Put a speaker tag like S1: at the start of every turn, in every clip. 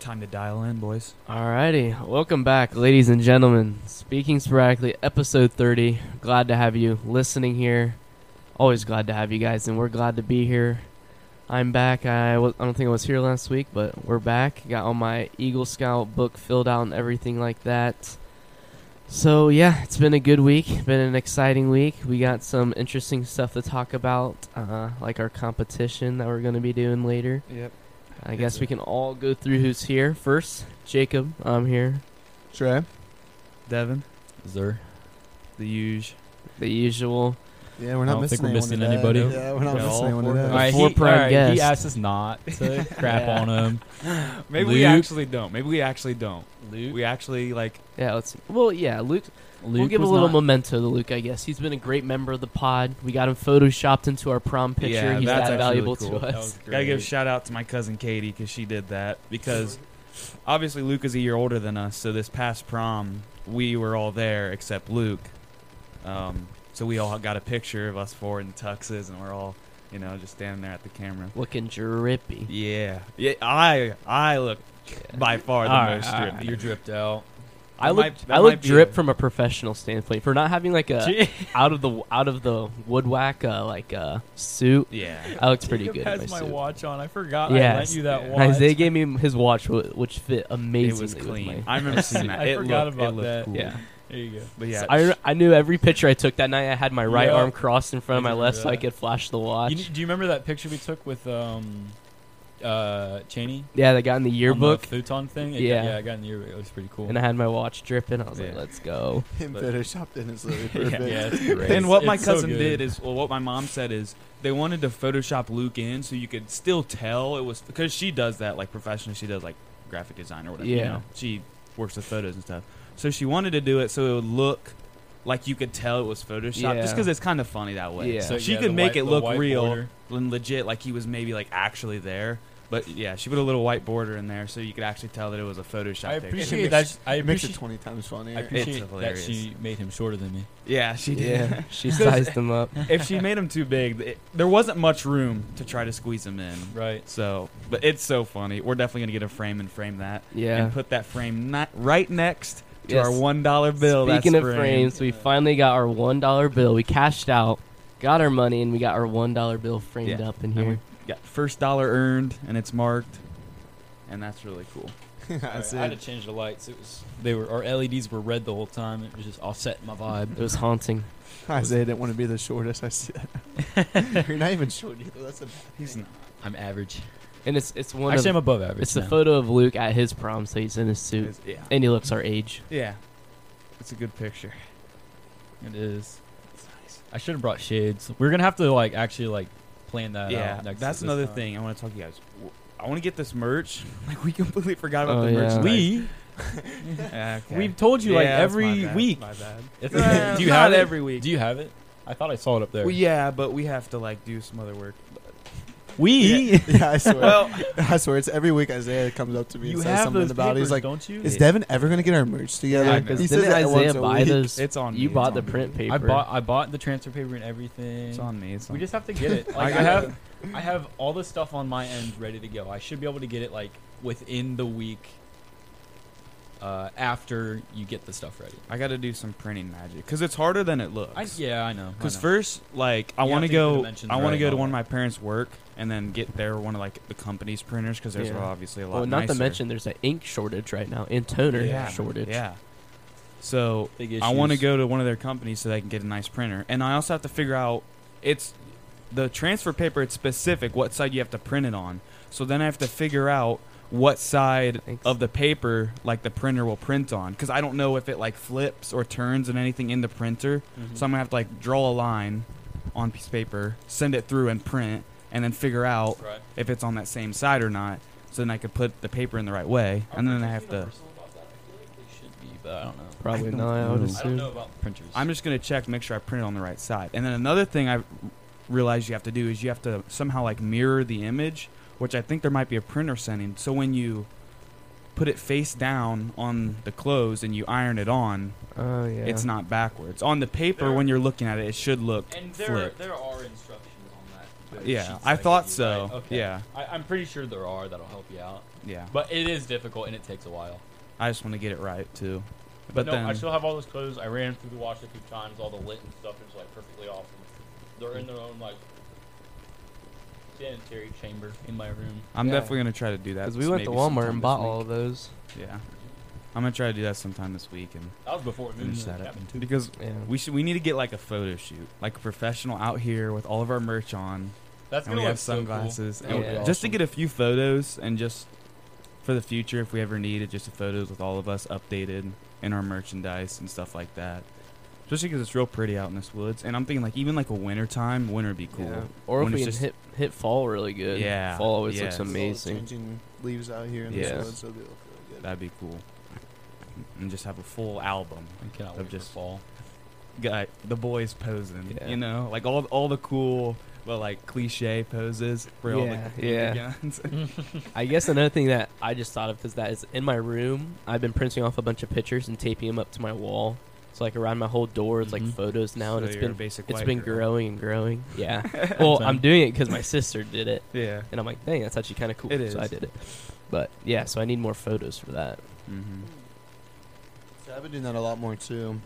S1: time to dial in, boys.
S2: Alrighty, welcome back, ladies and gentlemen. Speaking sporadically, episode 30. Glad to have you listening here. Always glad to have you guys, and we're glad to be here. I'm back. I w- I don't think I was here last week, but we're back. Got all my Eagle Scout book filled out and everything like that. So, yeah, it's been a good week. Been an exciting week. We got some interesting stuff to talk about, uh, like our competition that we're going to be doing later.
S3: Yep.
S2: I guess we can all go through who's here first. Jacob, I'm here.
S3: Trey.
S1: Devin,
S4: Zer.
S1: the huge.
S2: The usual.
S3: Yeah, we're
S4: I
S3: not
S4: don't
S3: missing
S4: think we're
S3: anyone
S4: missing
S3: today.
S4: anybody.
S3: Yeah, we're not
S1: Yeah, all
S3: missing anyone
S1: four
S3: today.
S1: of
S4: All
S1: us.
S4: right,
S2: Four
S4: he,
S2: prime
S4: all right,
S2: guests.
S4: he asked us not to crap
S2: Yeah.
S4: on him.
S1: Maybe we
S4: Luke.
S1: actually don't. Maybe we actually don't.
S4: Luke,
S1: We actually like.
S2: Yeah, let's see. Well, yeah, Luke.
S4: Luke
S2: we'll give a
S4: was
S2: little
S4: not-
S2: memento to Luke, I guess. He's been a great member of the pod. We got him photoshopped into our prom picture.
S1: Yeah,
S2: He's
S1: that's
S2: that
S1: actually
S2: valuable
S1: cool.
S2: to us.
S4: That was
S1: Gotta give a
S4: great.
S1: shout out to my cousin Katie because she did that. Because obviously Luke is a year older than us, so this past prom we were all there except Luke. Um, so we all got a picture of us four in tuxes, and we're all, you know, just standing there at the camera.
S2: Looking drippy.
S1: Yeah, yeah. I I look by far the
S4: All right,
S1: most
S4: all right,
S1: drippy.
S4: You're dripped out.
S2: I
S1: That
S2: look,
S1: might- that
S2: I look
S1: might be
S2: drip
S1: a-
S2: from a professional standpoint for not having like a out of the out of the woodwhack uh, like uh, suit.
S1: Yeah.
S2: I looked pretty good. in
S4: Has
S2: my
S4: my
S2: suit.
S4: watch on. I forgot I
S2: Yes.
S4: lent you that
S1: Yeah.
S4: watch.
S2: Isaiah gave me his watch, wh- which fit amazingly.
S1: It was
S2: with
S1: clean.
S2: my-
S1: I remember seeing that.
S4: I
S1: it
S4: forgot
S1: looked, it
S4: about
S1: looked
S4: that.
S1: Cool.
S2: yeah.
S4: There you go.
S1: But yeah,
S2: So I, I knew every picture I took that night. I had my right
S4: Yeah.
S2: arm crossed in front of
S4: I
S2: my
S4: remember
S2: left so I
S4: that.
S2: could flash the watch.
S4: You, do you remember that picture we took with um, uh, Cheney?
S2: yeah, they got in the
S4: On the
S2: yearbook,
S4: futon thing? It got-
S2: Yeah.
S4: yeah, I got in the yearbook. It was pretty cool.
S2: and I had my watch dripping. I was like,
S1: Yeah.
S2: "Let's go."
S3: Him
S1: But-
S3: photoshopped in is literally
S2: Yeah.
S3: perfect.
S4: yeah, it's great.
S1: and what
S4: It's-
S1: my
S4: it's so
S1: cousin
S4: good.
S1: did is, well, what my mom said is they wanted to Photoshop Luke in so you could still tell it was because she does that like professionally. She does like graphic design or whatever. You
S2: Yeah.
S1: know? She works with photos and stuff. So she wanted to do it so it would look like you could tell it was Photoshop,
S2: Yeah.
S1: just because it's kind of funny that way.
S2: Yeah.
S4: So,
S1: she
S4: yeah,
S1: could
S4: the
S1: make
S4: white-
S1: it
S4: the
S1: look
S4: white
S1: real
S4: border.
S1: and legit, like he was maybe like actually there. But yeah, she put a little white border in there so you could actually tell that it was a Photoshop.
S4: I
S1: picture.
S4: appreciate
S3: It
S4: that. I
S3: It makes it
S4: appreciate.
S3: 20 times funnier.
S4: I appreciate that
S1: hilarious.
S4: she made him shorter than me.
S1: Yeah, she did.
S2: Yeah, she sized them up.
S1: if she made him too big, it, there wasn't much room to try to squeeze him in.
S4: Right.
S1: So, but it's so funny. We're definitely gonna get a frame and frame that,
S2: Yeah.
S1: and put that frame not right next to
S2: Yes.
S1: our one dollar bill. that
S2: Speaking of
S1: spring.
S2: frames, we finally got our one dollar bill. We cashed out, got our money, and we got our one dollar bill framed
S1: Yeah.
S2: up in
S1: And
S2: here.
S1: got first dollar earned, and it's marked, and that's really cool.
S3: I
S4: Alright, I had to
S3: said,
S4: change the lights. It was they were our LEDs were red the whole time. It was just offsetting my
S2: It
S4: vibe.
S2: was haunting.
S3: Isaiah didn't want to be the shortest. I said, You're not even short. Either. That's a
S1: He's not.
S4: I'm average.
S2: And it's it's one
S4: Actually, I'm
S2: of
S4: above average.
S2: it's the
S4: now.
S2: photo of Luke at his prom, so he's in his suit,
S1: he's- Yeah,
S2: and he looks our age.
S1: yeah. It's a good picture.
S4: It is. I should have brought shades. We're gonna have to like actually like plan that.
S1: yeah,
S4: out uh, next
S1: that's
S4: this
S1: another
S4: time.
S1: thing I want to talk to you guys. W- I want to get this merch. Like we completely forgot
S2: Oh,
S1: about the
S2: yeah.
S1: merch.
S4: We we've told you like every week.
S1: My bad.
S4: It's-
S1: Well,
S4: do you
S1: not
S4: have it?
S1: every week.
S4: Do you have it? I thought I saw it up there.
S1: Well, yeah, but we have to like do some other work.
S4: we.
S3: yeah, I swear.
S1: Well,
S3: I swear. It's every week Isaiah comes up to me
S4: You
S3: and says
S4: have
S3: something
S4: those
S3: about it. He's
S4: papers,
S3: like,
S4: don't you?
S3: Is Devin ever going to get our merch together?
S1: Yeah,
S3: he
S1: because
S3: says
S2: didn't
S3: that
S2: Isaiah
S3: once a
S2: buy
S3: week.
S2: those?
S1: it's on.
S2: You
S1: me, it's
S2: bought the
S1: on me.
S2: print paper.
S4: I bought I bought the transfer paper and everything.
S1: It's on me. It's on.
S4: We
S1: me.
S4: just have to get it. Like, I,
S1: got
S4: have I have all the stuff on my end ready to go. I should be able to get it like within the week uh, after you get the stuff ready.
S1: I got to do some printing magic because it's harder than it looks.
S4: I, yeah, I know. I
S1: Because
S4: know.
S1: first, like, I
S4: You have
S1: want
S4: to
S1: to
S4: get the
S1: go.
S4: dimensions
S1: I want
S4: right
S1: to go
S4: and
S1: to
S4: all
S1: one of
S4: that.
S1: my parents' work and then get their one of like the company's printers because theirs
S2: Yeah.
S1: are obviously a lot.
S2: Well, not
S1: nicer.
S2: to mention there's an ink shortage right now and toner
S1: yeah,
S2: shortage.
S1: Yeah. So
S4: Big
S1: I want to
S4: issues.
S1: go to one of their companies so that I can get a nice printer. And I also have to figure out it's the transfer paper. It's specific what side you have to print it on. So then I have to figure out what side
S2: Thanks.
S1: of the paper like the printer will print on because I don't know if it like flips or turns and anything in the printer.
S4: Mhm.
S1: So I'm gonna have to like draw a line on piece of paper, send it through and print, and then figure out
S4: Right.
S1: if it's on that same side or not. So then I could put the paper in the right way, and then I have to.
S4: Should be, but I don't know.
S2: Probably
S3: I don't
S2: not. I would
S3: know.
S4: I don't
S2: assume.
S4: know about printers.
S1: I'm just gonna check, make sure I print it on the right side. And then another thing I realized you have to do is you have to somehow like mirror the image, which I think there might be a printer setting. So when you put it face down on the clothes and you iron it on,
S2: Oh yeah.
S1: it's not backwards. On the paper,
S4: There-
S1: when you're looking at it, it should look
S4: and there
S1: flipped.
S4: there are instructions on that. the
S1: Yeah,
S4: sheets
S1: I
S4: that
S1: thought
S4: give you,
S1: so,
S4: right? Okay.
S1: yeah.
S4: I, I'm pretty sure there are that'll help you out,
S1: Yeah,
S4: but it is difficult and it takes a while.
S1: I just want to get it right too. But
S4: But, no,
S1: then
S4: I still have all those clothes. I ran through the wash a few times. All the lint and stuff is like perfectly off. and They're in their own like sanitary chamber in my room.
S1: I'm
S2: Yeah.
S1: definitely gonna try to do that.
S2: Because we
S1: s-
S2: went to
S1: maybe
S2: Walmart
S1: sometime
S2: and
S1: this
S2: bought
S1: week.
S2: all of those.
S1: Yeah, I'm gonna try to do that sometime this week and
S4: That was before we moved
S1: finish
S4: to the
S1: that up
S4: cabin.
S1: because
S2: Yeah.
S1: we should we need to get like a photo shoot, like a professional out here with all of our merch on,
S4: That's
S1: and
S4: gonna
S1: we
S4: look
S1: have
S4: so cool.
S1: sunglasses,
S2: That
S1: and
S2: would be
S1: just to
S4: awesome.
S1: get a few photos and just for the future if we ever need it, just the photos with all of us updated and our merchandise and stuff like that. Especially because it's real pretty out in this woods, and I'm thinking like even like a winter time, winter would be cool.
S2: Yeah. Or
S1: When
S2: if we
S1: it's
S2: can
S1: just-
S2: hit hit fall really good.
S1: Yeah,
S2: Fall always looks
S1: yeah.
S3: It's all
S2: amazing.
S3: Changing leaves out here in
S2: Yeah.
S3: the woods, so they look really good.
S1: That'd be cool. And just have a full album
S4: I cannot
S1: Of
S4: wait
S1: just-
S4: for fall.
S1: got the boys posing.
S2: Yeah.
S1: You know, like all all the cool, well, like cliche poses for all the
S2: Yeah,
S1: computer
S2: yeah.
S1: guns.
S2: I guess another thing that I just thought of because that is in my room. I've been printing off a bunch of pictures and taping them up to my wall. So like around my whole door, it's
S4: Mhm.
S2: like photos now, and
S1: Mm-hmm. So
S2: it's
S1: you're a
S2: been
S1: basic.
S2: it's
S1: white
S2: been
S1: girl.
S2: growing and growing. Yeah. well, I'm doing it because my sister did it,
S1: Yeah.
S2: and I'm like, dang, that's actually kind of cool.
S1: It
S2: So I
S1: is.
S2: did it. But yeah, so I need more photos for that.
S1: Mm-hmm.
S3: So I've been doing that a lot more too.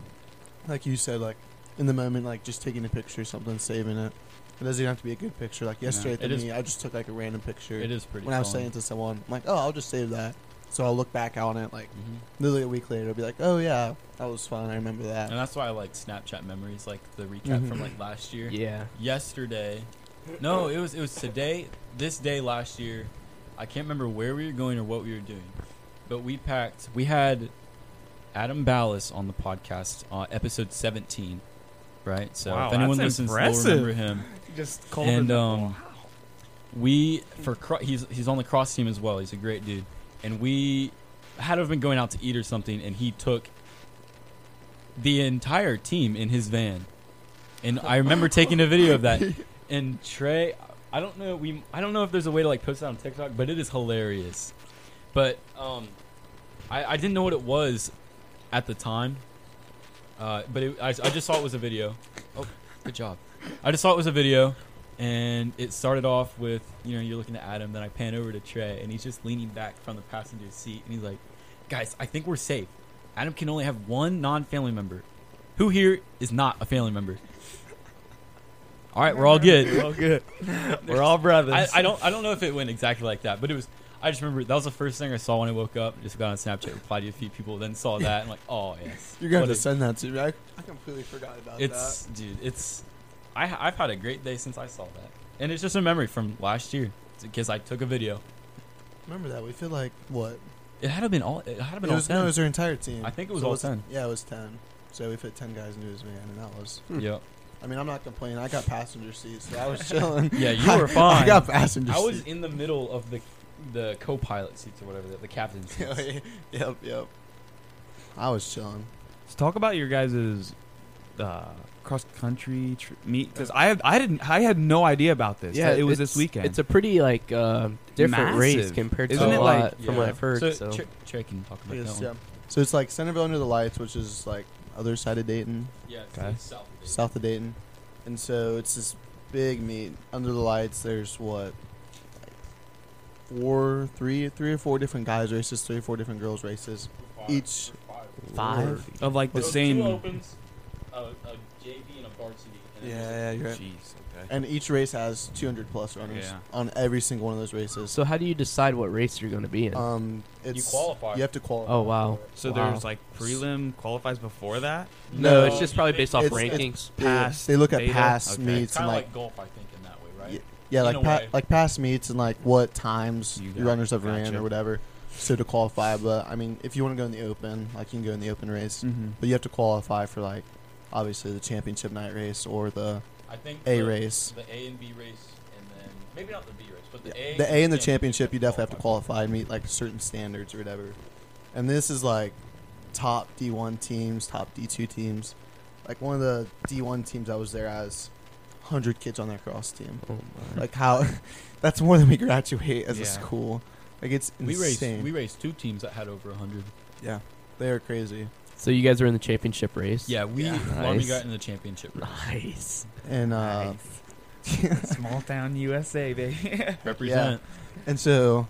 S3: Like you said, like in the moment, like just taking a picture of something, saving it. It doesn't even have to be a good picture. Like yesterday
S4: it
S3: to
S4: is-
S3: me, I just took like a random picture.
S4: It is pretty.
S3: when I was
S4: fun.
S3: saying to someone, I'm like, oh, I'll just save that. So I'll look back on it like
S4: Mhm.
S3: literally a week later. I'll be like, oh yeah, that was fun. I remember that.
S4: And that's why I like Snapchat memories, like the recap
S3: Mhm.
S4: from like last year.
S2: Yeah.
S4: Yesterday, no, it was it was today. This day last year, I can't remember where we were going or what we were doing, but we packed. We had Adam Ballas on the podcast, uh, episode seventeen, right? So
S1: Wow,
S4: if anyone
S1: that's
S4: listens,
S1: impressive.
S4: they'll remember him.
S1: Just
S4: cold And, as- um, We for cro- he's he's on the cross team as well. He's a great dude, and we had to have been going out to eat or something, and he took the entire team in his van, and I remember taking a video of that. And Trey, I don't know we I don't know if there's a way to like post that on TikTok, but it is hilarious. But um, I I didn't know what it was at the time, uh, but it, I I just saw it was a video. Oh, good job. I just saw it was a video and it started off with you know you're looking at Adam, then I pan over to Trey, and he's just leaning back from the passenger seat, and he's like, "Guys, I think we're safe. Adam can only have one non-family member. Who here is not a family member? All right, we're all good.
S1: all good. We're all brothers.
S4: I, I don't I don't know if it went exactly like that, but it was. I just remember that was the first thing I saw when I woke up. Just got on Snapchat, replied to a few people, then saw that, and like, oh yes,
S3: You're gonna
S4: What
S3: have
S4: a-
S3: to send that to me. I, I completely forgot about
S4: It's dude, it's I I've had a great day since I saw that. And it's just a memory from last year because I took a video.
S3: that. Remember that? We feel like what?
S4: It had to been all it had to
S3: It
S4: been all
S3: was, no, it
S4: 10.
S3: was our entire team.
S4: I think it was
S3: So
S4: all
S3: was-
S4: 10.
S3: Yeah, it was ten. So we fit ten guys into his van, and that was.
S4: Yeah.
S3: I mean, I'm not complaining. I got passenger seats, so I was chilling.
S4: Yeah, you were
S3: I
S4: fine.
S3: got passenger
S4: I
S3: seats.
S4: was in the middle of the the co-pilot seats or whatever, the, the captain seats.
S3: yep, yep. I was chilling.
S1: So talk about your guys' uh, cross country tr- meet because I have I didn't I had no idea about this. that it was this
S2: it's-
S1: weekend.
S2: It's a pretty like uh, different race
S1: Massive.
S2: compared to
S1: Isn't
S2: a
S1: it,
S4: uh,
S2: lot
S1: like-
S2: from what I've heard. So,
S4: Tre- Trey can talk about
S3: Yes,
S4: that
S3: yeah.
S4: one.
S3: So it's like Centerville under the lights, which is like other side of Dayton,
S4: Yeah,
S1: Okay. like
S4: south.
S3: south of Dayton, and so it's this big meet under the lights. There's what four, three, three or four different guys races, three or four different girls races. Each-
S2: Five?
S1: of like the same.
S4: opens, a, a JV and a varsity.
S3: you're
S1: Jeez, okay.
S3: And each race has 200 plus runners
S1: Yeah.
S3: on every single one of those races.
S2: so how do you decide what race you're going to be in?
S3: Um, it's
S4: qualify.
S3: You have to qualify.
S2: oh wow.
S1: So
S2: Wow.
S1: there's like prelim qualifies before that.
S2: No,
S3: No,
S2: it's just probably based off
S3: it's- it's-
S2: rankings.
S3: Yeah,
S1: Past
S3: They look at
S1: data?
S3: past
S1: Okay.
S3: meets and like
S4: golf, I think, in that way,
S3: right? Yeah,
S4: In
S3: like
S4: a
S3: pa-
S4: way.
S3: like past meets and like what times
S1: You
S3: the
S1: got-
S3: runners have ran
S1: gotcha.
S3: or whatever, so to qualify. But I mean, if you want to go in the open, like you can go in the open race,
S1: Mm-hmm.
S3: but you have to qualify for like obviously the championship night race or the
S4: I think
S3: A race.
S4: the A and B race, and then maybe not the B race, but
S3: Yeah. The A and the championship, you definitely have to qualify and meet like certain standards or whatever. And this is like top D1 teams, top D2 teams. Like one of the D1 teams I was there as, hundred kids on their cross team.
S2: Oh my.
S3: Like how, that's more than we graduate as
S1: Yeah.
S3: a school. Like it's
S4: We raised
S3: insane.
S4: we raised two teams that had over hundred.
S3: Yeah, they are crazy.
S2: So you guys were in the championship race.
S4: Yeah, we
S3: Yeah.
S4: Laramie
S2: Nice.
S4: got in the championship.
S2: Nice.
S3: And uh,
S1: Small town USA, baby.
S4: Represent.
S3: And so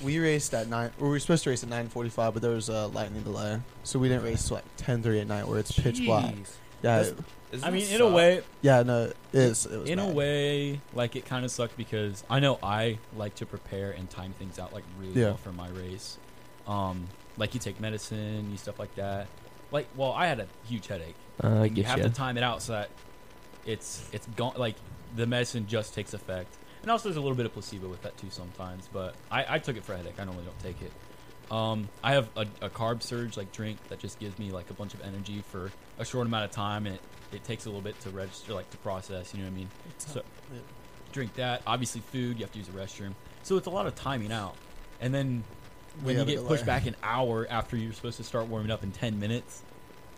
S3: we raced at nine. Or we were supposed to race at nine forty-five, but there was a lightning delay, so we didn't race till like ten thirty at night, where it's pitch black. Yeah,
S1: That's-
S3: it-
S4: I mean, in a way,
S3: yeah, no, it's it was
S4: in a
S3: bad.
S4: way, like it kind of sucked because I know I like to prepare and time things out like really
S3: Yeah.
S4: well for my race. Um, like you take medicine, you stuff like that. Like, well, I had a huge headache.
S2: Uh, I
S4: and you
S2: get
S4: have
S2: you.
S4: to time it out so that it's it's gone. Like the medicine just takes effect, and also there's a little bit of placebo with that too sometimes. But I, I took it for a headache. I normally don't take it. Um, I have a, a carb surge like drink that just gives me like a bunch of energy for a short amount of time, and it, it takes a little bit to register, like to process. You know what I mean? So
S3: yeah.
S4: drink that. Obviously, food. You have to use the restroom. So it's a lot of timing out, and then
S3: We
S4: when you
S3: have a
S4: get pushed
S3: delay.
S4: back an hour after you're supposed to start warming up in 10 minutes,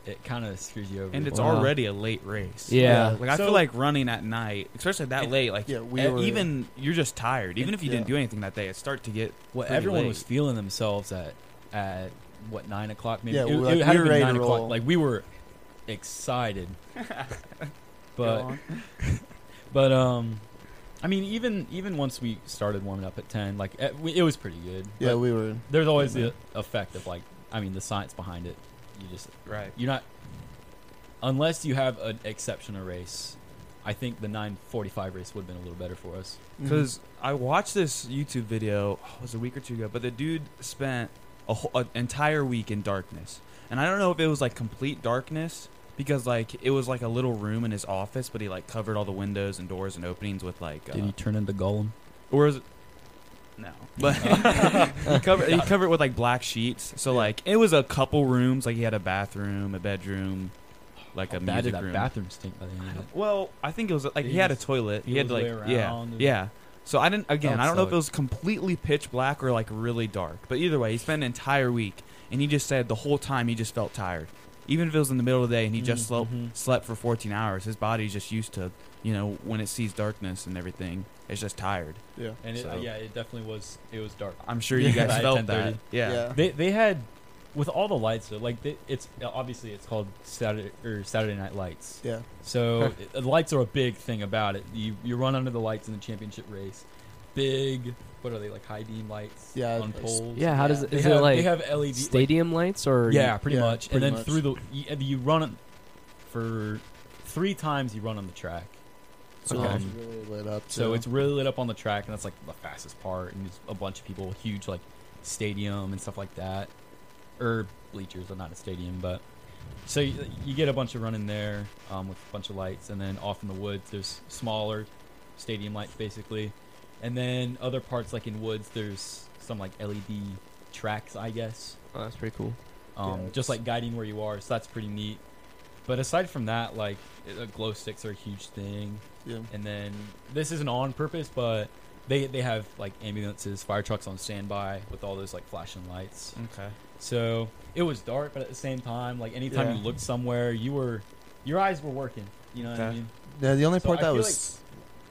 S4: it kind of screws you over.
S1: and it's
S2: Wow.
S1: already a late race.
S2: yeah.
S3: Yeah.
S1: Like I
S4: So-
S1: feel like running at night, especially that late. Like
S3: Yeah, we
S1: e-
S3: were-
S1: even you're just tired. Even if you didn't
S3: Yeah.
S1: do anything that day, it start to get
S4: what
S1: pretty
S4: everyone
S1: late.
S4: was feeling themselves at at what nine o'clock maybe
S3: Yeah,
S4: it,
S3: we were
S4: it
S3: like,
S4: had
S3: we
S4: to
S3: were
S4: be
S3: ready to
S4: nine o'clock
S3: roll.
S4: like we were excited but
S1: Go
S4: but um i mean even even once we started warming up at 10 like eh, we, it was pretty good
S3: Yeah,
S4: But
S3: we were.
S4: there's always
S3: Yeah,
S4: the effect of like i mean the science behind it you just
S1: on. right.
S4: you're not unless you have an exceptional race i think the 945 race would have been a little better for us
S1: Because I watched this YouTube video oh, it was a week or two ago, but the dude spent a whole, an entire week in darkness, and I don't know if it was like complete darkness because like it was like a little room in his office, but he like covered all the windows and doors and openings with like uh,
S4: did he turn into golem
S1: or is it? No, but he covered he covered it with like black sheets. So like it was a couple rooms. Like he had a bathroom, a bedroom, like a
S4: How bad did
S1: music
S4: that
S1: room.
S4: bathroom stink by the end of it?
S1: well, I think it was like he had a
S4: He's-
S1: toilet. He,
S4: he
S1: had
S4: was
S1: like
S4: way
S1: yeah
S4: around and-
S1: yeah. So I didn't again.
S4: That
S1: I don't know if
S4: sucked.
S1: it was completely pitch black or like really dark. But either way, he spent an entire week, and he just said the whole time he just felt tired. Even if it was in the middle of the day and he just slept
S4: Mhm.
S1: slept for 14 hours, his body's just used to you know when it sees darkness and everything, it's just tired.
S3: Mm-hmm. Yeah.
S4: And it,
S1: So-
S4: yeah, it definitely was. It was dark.
S1: I'm sure you
S4: Yeah.
S1: guys
S4: By
S1: felt
S4: 10:30.
S1: that. Yeah.
S3: Yeah.
S4: They they had with all the lights though. Like they, it's obviously it's called Saturday or Saturday Night Lights.
S3: Yeah.
S4: So it- the lights are a big thing about it. You you run under the lights in the championship race. Big. What are they like? High beam lights.
S3: Yeah,
S4: On
S3: it's-
S4: poles.
S2: yeah. How does
S3: Yeah.
S2: it?
S4: They
S2: Is
S4: have,
S2: it like
S4: they have LED
S2: stadium lights or?
S4: Yeah, pretty
S3: Yeah,
S4: much.
S3: pretty
S4: and then
S3: much.
S4: through the you, and you run it for three times. You run on the track.
S3: So
S4: Okay.
S3: it was really lit up.
S4: So
S3: too.
S4: it's really lit up on the track, and that's like the fastest part. And there's a bunch of people, huge like stadium and stuff like that, or bleachers, but not a stadium. But so you, you get a bunch of running there um, with a bunch of lights, and then off in the woods, there's smaller stadium lights basically, and then other parts like in woods, there's some like LED tracks, I guess,
S2: Oh, that's pretty cool.
S4: um,
S3: Yeah,
S4: just
S3: it's-
S4: like guiding where you are. So that's pretty neat. But aside from that, like uh, glow sticks are a huge thing
S3: yeah.
S4: and then this isn't on purpose, but they they have like ambulances, fire trucks on standby with all those like flashing lights.
S3: Mm.
S1: Okay.
S4: So it was dark, but at the same time, like anytime
S3: Yeah.
S4: you looked somewhere, you were your eyes were working. You know what I
S1: Okay.
S4: mean?
S3: No, the only
S4: So
S3: part
S4: I
S3: that
S4: feel
S3: was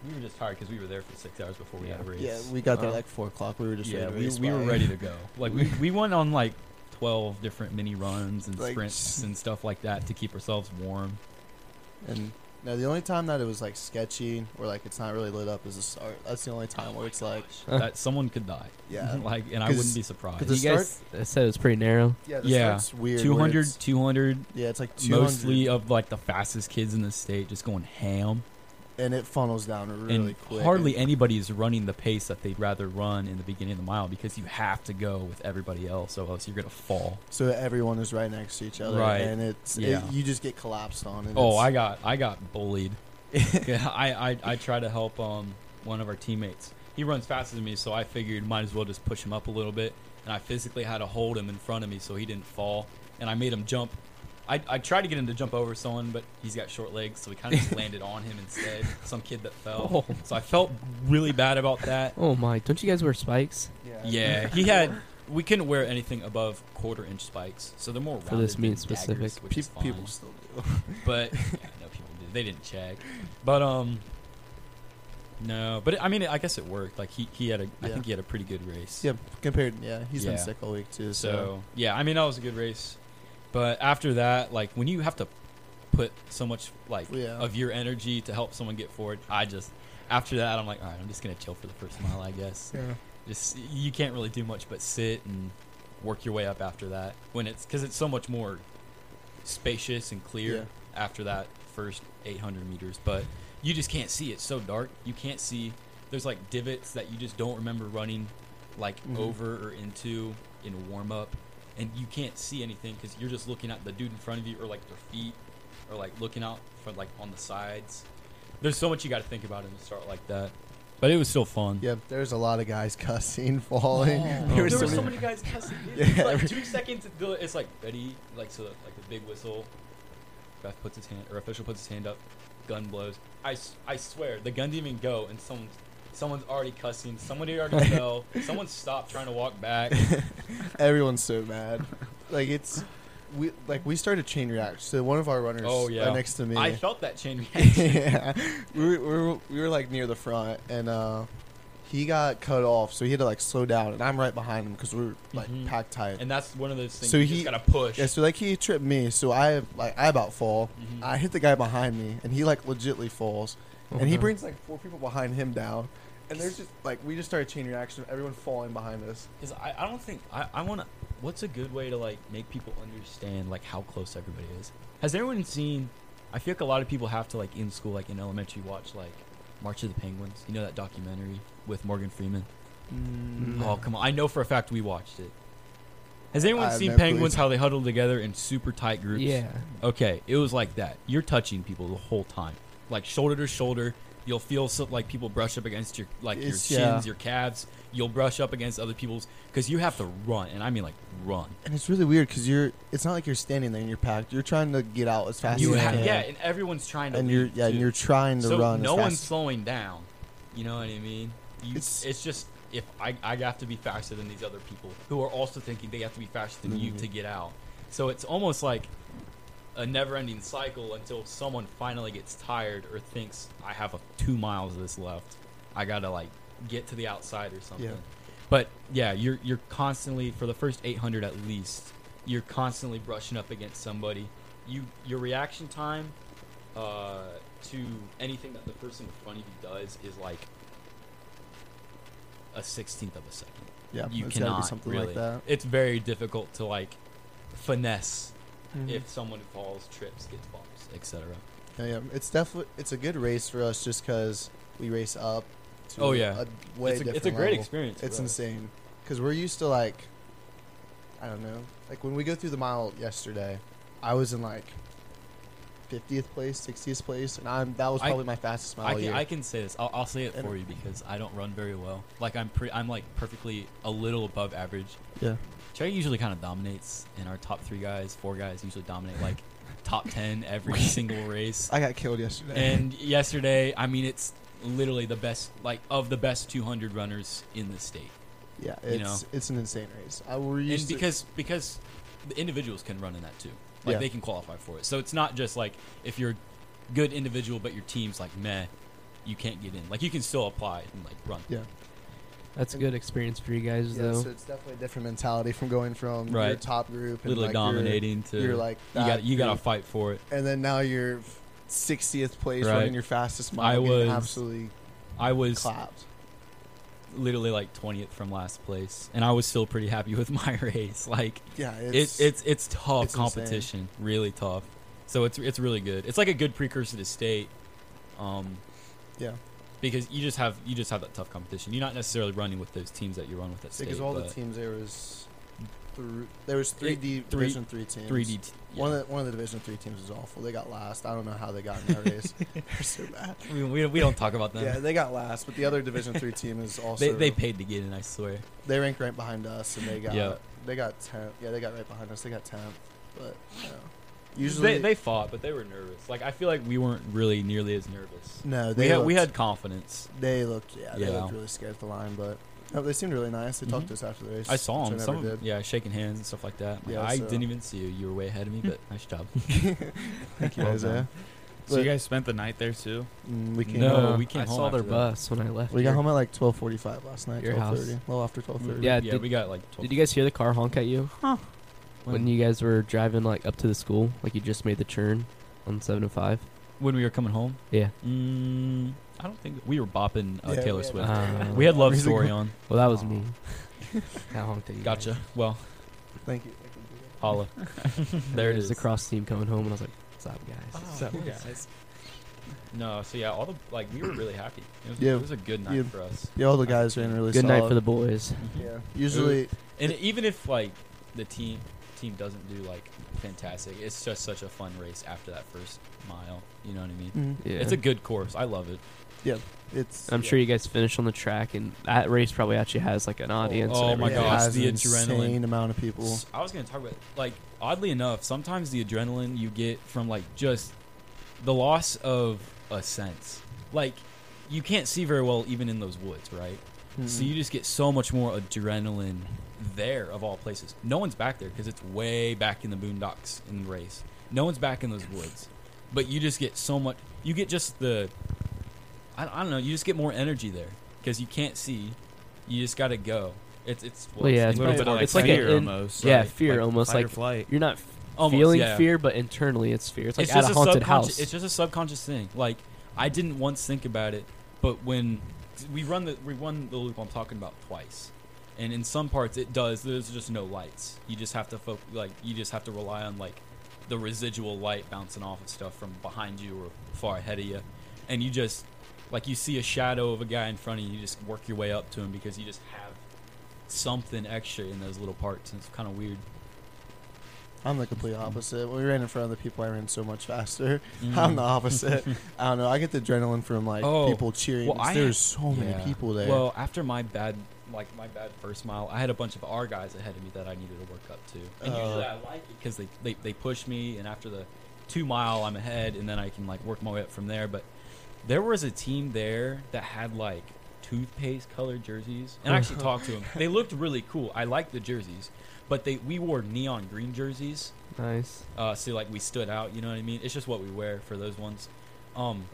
S4: We were just tired because we were there for six hours before we had a race.
S3: yeah, we got there
S2: Uh,
S3: like four o'clock. We were just
S4: Yeah,
S3: ready to
S4: we,
S3: race
S4: we were
S3: by.
S4: ready to go. Like we, we went on like twelve different mini runs and
S3: Like,
S4: sprints and stuff like that to keep ourselves warm.
S3: And now the only time that it was like sketchy or like it's not really lit up is the start. That's the only time where it's like
S4: that someone could die.
S3: yeah,
S4: Like and I
S3: 'Cause-
S4: wouldn't be
S3: 'cause
S4: surprised.
S3: the
S2: you guys uh, said it was pretty narrow.
S3: yeah,
S4: yeah,
S3: start's weird. where
S4: 200,
S3: it's-
S4: 200,
S3: Yeah, it's like 200,
S4: mostly of like the fastest kids in the state just going ham
S3: and it funnels down really
S4: and
S3: quick.
S4: hardly
S3: and,
S4: anybody is running the pace that they'd rather run in the beginning of the mile because you have to go with everybody else or else you're gonna fall
S3: so everyone is right next to each other,
S4: Right.
S3: And it's it-
S4: Yeah.
S3: you just get collapsed on. And
S4: oh i
S3: it's-
S4: got i got bullied Yeah, I, I i try to help um one of our teammates he runs faster than me so i figured might as well just push him up a little bit and i physically had to hold him in front of me so he didn't fall and i made him jump I, I tried to get him to jump over someone, but he's got short legs, so we kind of just landed on him instead. Some kid that fell.
S2: Oh.
S4: So I felt really bad about that.
S2: Oh my! Don't you guys wear spikes?
S4: Yeah, he had. We couldn't wear anything above quarter inch spikes, so they're more rounded
S2: For this
S4: than
S2: mean
S4: daggers,
S2: specific.
S4: which
S3: Pe-
S4: is fine.
S3: people still do.
S4: but yeah, no, people did. They didn't check, but um, no, but it, I mean, I guess it worked. Like he, he had a, I
S3: Yeah.
S4: think he had a pretty good race.
S3: yeah, compared. Yeah, he's been
S4: Yeah.
S3: sick all week too. So,
S4: So yeah, I mean that was a good race, but after that, like when you have to put so much like
S3: Yeah.
S4: of your energy to help someone get forward. I just after that, I'm like, all right, I'm just gonna chill for the first mile, I guess.
S3: Yeah.
S4: Just you can't really do much but sit and work your way up after that when it's because it's so much more spacious and clear
S3: Yeah.
S4: after that first 800 meters, but you just can't see. It's so dark, you can't see. There's like divots that you just don't remember running like
S3: Mhm.
S4: over or into in warm up, and you can't see anything because you're just looking at the dude in front of you or like their feet or like looking out for like on the sides. There's so much you got to think about in a start like that, but it was still fun.
S3: Yep, there's a lot of guys cussing, falling.
S4: There were
S3: was
S4: so
S3: some-
S4: many, guys cussing.
S3: Yeah,
S4: It's like
S3: every-
S4: two seconds. it- It's like ready, like so, like the big whistle. Ref puts his hand, or official puts his hand up. Gun blows. I, s- I swear, the gun didn't even go, and someone's someone's already cussing. Somebody already fell. Someone stopped trying to walk back.
S3: Everyone's so mad. Like it's we like we started chain reaction. So one of our runners
S4: Oh, yeah.
S3: right next to me.
S4: I felt that chain reaction.
S3: yeah. We were, we, were, we were like near the front and uh he got cut off, so he had to like slow down and I'm right behind him cuz we were like
S4: Mhm.
S3: packed tight.
S4: and that's one of those things.
S3: So
S4: you
S3: he-
S4: just gotta push.
S3: yeah, so like he tripped me, so I like I about fall.
S4: Mhm.
S3: I hit the guy behind me and he like legitly falls.
S2: Oh,
S3: and he
S2: no.
S3: brings like four people behind him down. And there's just like we just started chain reaction of everyone falling behind us.
S4: Because I, I don't think I, I want to. What's a good way to like make people understand like how close everybody is? Has anyone seen? I feel like a lot of people have to like in school, like in elementary, watch like March of the Penguins. You know that documentary with Morgan Freeman.
S2: Mm,
S4: Oh come on! I know for a fact we watched it. Has anyone
S3: Mm-hmm. I have
S4: seen
S3: no clue.
S4: penguins? How they huddle together in super tight groups?
S2: Yeah.
S4: Okay, it was like that. You're touching people the whole time, like shoulder to shoulder. You'll feel so, like people brush up against your like your
S3: It's-
S4: shins,
S3: yeah.
S4: your calves. You'll brush up against other people's because you have to run, and I mean like run.
S3: And it's really weird because you're. It's not like you're standing there and you're packed. You're trying to get out as fast
S4: You
S3: as you
S4: ha-
S3: can.
S4: yeah. and everyone's trying to.
S3: and you're
S4: lead,
S3: yeah, and
S4: too.
S3: you're trying to
S4: so
S3: run.
S4: no
S3: as
S4: one's
S3: fast.
S4: slowing down. You know what I mean? You,
S3: It's-
S4: it's, just if I, I have to be faster than these other people who are also thinking they have to be faster than you
S3: Mhm.
S4: to get out. So it's almost like a never-ending cycle until someone finally gets tired or thinks I have a two miles of this left. I gotta like get to the outside or something.
S3: Yeah.
S4: But yeah, you're you're constantly for the first 800 at least, you're constantly brushing up against somebody. You your reaction time uh, to anything that the person in front of you does is like a sixteenth of a second.
S3: yeah,
S4: you
S3: it's gotta
S4: cannot
S3: be something
S4: really.
S3: like that.
S4: It's very difficult to like finesse
S3: Mm-hmm.
S4: if someone falls, trips, gets bumps, etc.
S3: Yeah, yeah, it's definitely it's a good race for us just because we race up. To
S4: Oh, yeah.
S3: a way
S4: It's a,
S3: different
S4: it's a great
S3: level.
S4: experience.
S3: It's
S4: really.
S3: insane because we're used to like, I don't know, like when we go through the mile yesterday, I was in like. 50th place, 60th place, and I'm that was
S4: I-
S3: probably my fastest mile
S4: I
S3: yet.
S4: can, I can say this. I'll, I'll say it
S3: Oh, And-
S4: for you because I don't run very well. Like I'm pretty. I'm like perfectly a little above average.
S3: yeah,
S4: Trey usually kind of dominates, and our top three guys, four guys usually dominate like top ten every single race.
S3: I got killed yesterday.
S4: And yesterday, I mean, it's literally the best, like of the best 200 runners in the state.
S3: Yeah,
S4: you
S3: it's
S4: know?
S3: it's an insane race. I were used
S4: and
S3: to-
S4: because because the individuals can run in that too, like
S3: Yeah.
S4: they can qualify for it. So it's not just like if you're a good individual, but your team's like meh, you can't get in. Like you can still apply and like run.
S3: yeah,
S2: That's a good experience for you guys,
S3: yeah,
S2: though.
S3: so it's definitely a different mentality from going from your
S4: Right.
S3: top group and
S4: Literally
S3: like
S4: dominating to
S3: Your, you're like
S4: you
S3: that
S4: got you got to
S3: group,
S4: fight for it.
S3: and then now you're 60th place
S4: Right.
S3: running your fastest mile.
S4: I
S3: getting
S4: was-
S3: absolutely
S4: I was
S3: clapped.
S4: literally like 20th from last place, and I was still pretty happy with my race. Like
S3: Yeah, it's
S4: it's it's it's tough
S3: it's
S4: competition, really tough. So it's it's really good. It's like a good precursor to state, um,
S3: yeah
S4: because you just have you just have that tough competition. You're not necessarily running with those teams that you run with at state.
S3: because all the
S4: but
S3: teams there was thr- there was three
S4: It-
S3: D
S4: three-
S3: division three teams.
S4: 3D. T- yeah.
S3: One of the, one of the division three teams was awful. They got last. I don't know how they got in that race. They're so bad.
S4: I mean, we, we don't talk about them.
S3: Yeah, they got last, but the other division three team is also
S4: they they paid to get in. I swear.
S3: they ranked right behind us, and they got
S4: Yeah.
S3: they got tenth. Yeah, they got right behind us. They got tenth, but you know,
S4: Usually
S3: usually
S4: they, they fought, but they were nervous. Like I feel like we weren't really nearly as nervous.
S3: no they
S4: We had,
S3: looked,
S4: we had confidence.
S3: they looked yeah, they
S4: Yeah. Mm-hmm.
S3: looked really scared at the line, but no, they seemed really nice. They talked to us after the race.
S4: I saw
S3: which
S4: him.
S3: I
S4: Some
S3: never
S4: of,
S3: did.
S4: yeah, shaking hands and stuff like that. Like,
S3: Yeah,
S4: I
S3: so-
S4: didn't even see you. You were way ahead of me, but nice job.
S3: Thank you,
S4: Well
S3: Isaiah.
S1: So
S3: But-
S1: you guys spent the night there too?
S3: Mm, we came
S4: No,
S3: home.
S4: we came
S2: I
S4: home
S2: saw their
S4: after that.
S2: bus when I left.
S3: we got
S2: here.
S3: home at like twelve forty five last night.
S2: Your
S3: twelve
S2: house.
S3: thirty, well after twelve thirty.
S2: Yeah,
S4: yeah,
S2: did-
S4: we got like. 12
S2: Did you guys hear the car honk at you
S1: Huh.
S2: when you guys were driving like up to the school? Like you just made the turn, on seven and five.
S4: When we were coming home?
S2: Yeah.
S4: Mm, I don't think we were bopping uh,
S3: Yeah,
S4: Taylor
S3: we had-
S4: Swift.
S2: Uh,
S4: we had Love
S3: Reason-
S4: Story on.
S2: Well, that was
S1: Aw.
S2: me. I honked at you.
S4: Gotcha. Well,
S3: Thank you.
S4: holla. there it
S2: There's
S4: is. Oh, Ah,
S2: the cross team coming home, and I was like, "What's up, guys?"
S1: So, guys.
S4: No, so yeah, all the like we were really happy. It was,
S3: Yeah.
S4: it was a good night
S3: Yeah.
S4: for us.
S3: Yeah, all the guys ran really
S2: Good night for the
S3: solid.
S2: boys.
S3: Yeah. Usually,
S4: And even if like the team team doesn't do like fantastic, it's just such a fun race after that first mile. You know what I mean?
S3: Mhm.
S2: Yeah.
S4: It's a good course. I love it.
S3: it's.
S2: I'm sure you guys finished on the track, and that race probably actually has like an audience.
S4: oh
S2: and
S4: my
S3: it
S2: everything.
S4: gosh,
S3: has
S4: the
S3: an
S4: adrenaline.
S3: insane amount of people.
S4: S- I was gonna talk about like oddly enough, sometimes the adrenaline you get from like just the loss of a sense. Like you can't see very well even in those woods, right?
S3: Mm-hmm.
S4: So you just get so much more adrenaline there of all places. No one's back there because it's way back in the boondocks in the race. No one's back in those woods, but you just get so much. You get just the, I, I don't know. You just get more energy there because you can't see. You just got to go. It's it's well,
S2: Well, yeah,
S1: A
S2: it's
S1: little
S2: probably-
S1: bit of like
S2: it's like
S1: fear
S2: a- in-
S1: almost.
S2: yeah,
S1: right?
S2: fear
S1: Like
S2: almost,
S1: fight or
S2: like-
S1: flight.
S2: You're not
S4: almost,
S2: feeling
S4: yeah.
S2: fear, but internally it's fear. It's like
S4: It's
S2: at
S4: just
S2: a haunted
S4: subconsci-
S2: house.
S4: It's just a subconscious thing. Like I didn't once think about it, but when we run the we run the loop I'm talking about twice, and in some parts it does. There's just no lights. You just have to fo- like you just have to rely on like the residual light bouncing off of stuff from behind you or far ahead of you, and you just like you see a shadow of a guy in front of you. You just work your way up to him because you just have something extra in those little parts, and it's kind of weird.
S3: I'm the complete opposite. When we ran in front of the people, I ran so much faster. I'm the opposite. I don't know. I get the adrenaline from like
S4: Mm-hmm. Oh.
S3: people cheering.
S4: Well, I-
S3: There's so many
S4: Yeah.
S3: people there.
S4: Well, after my bad, like my bad first mile, I had a bunch of our guys ahead of me that I needed to work up to. And
S3: Oh.
S4: usually I like it because they, they they push me, and after the two mile, I'm ahead, and then I can like work my way up from there. But there was a team there that had like toothpaste colored jerseys, and I actually talked to them. They looked really cool. I liked the jerseys, but they we wore neon green jerseys
S2: nice.
S4: uh, so like we stood out. You know what I mean? It's just what we wear for those ones. Um,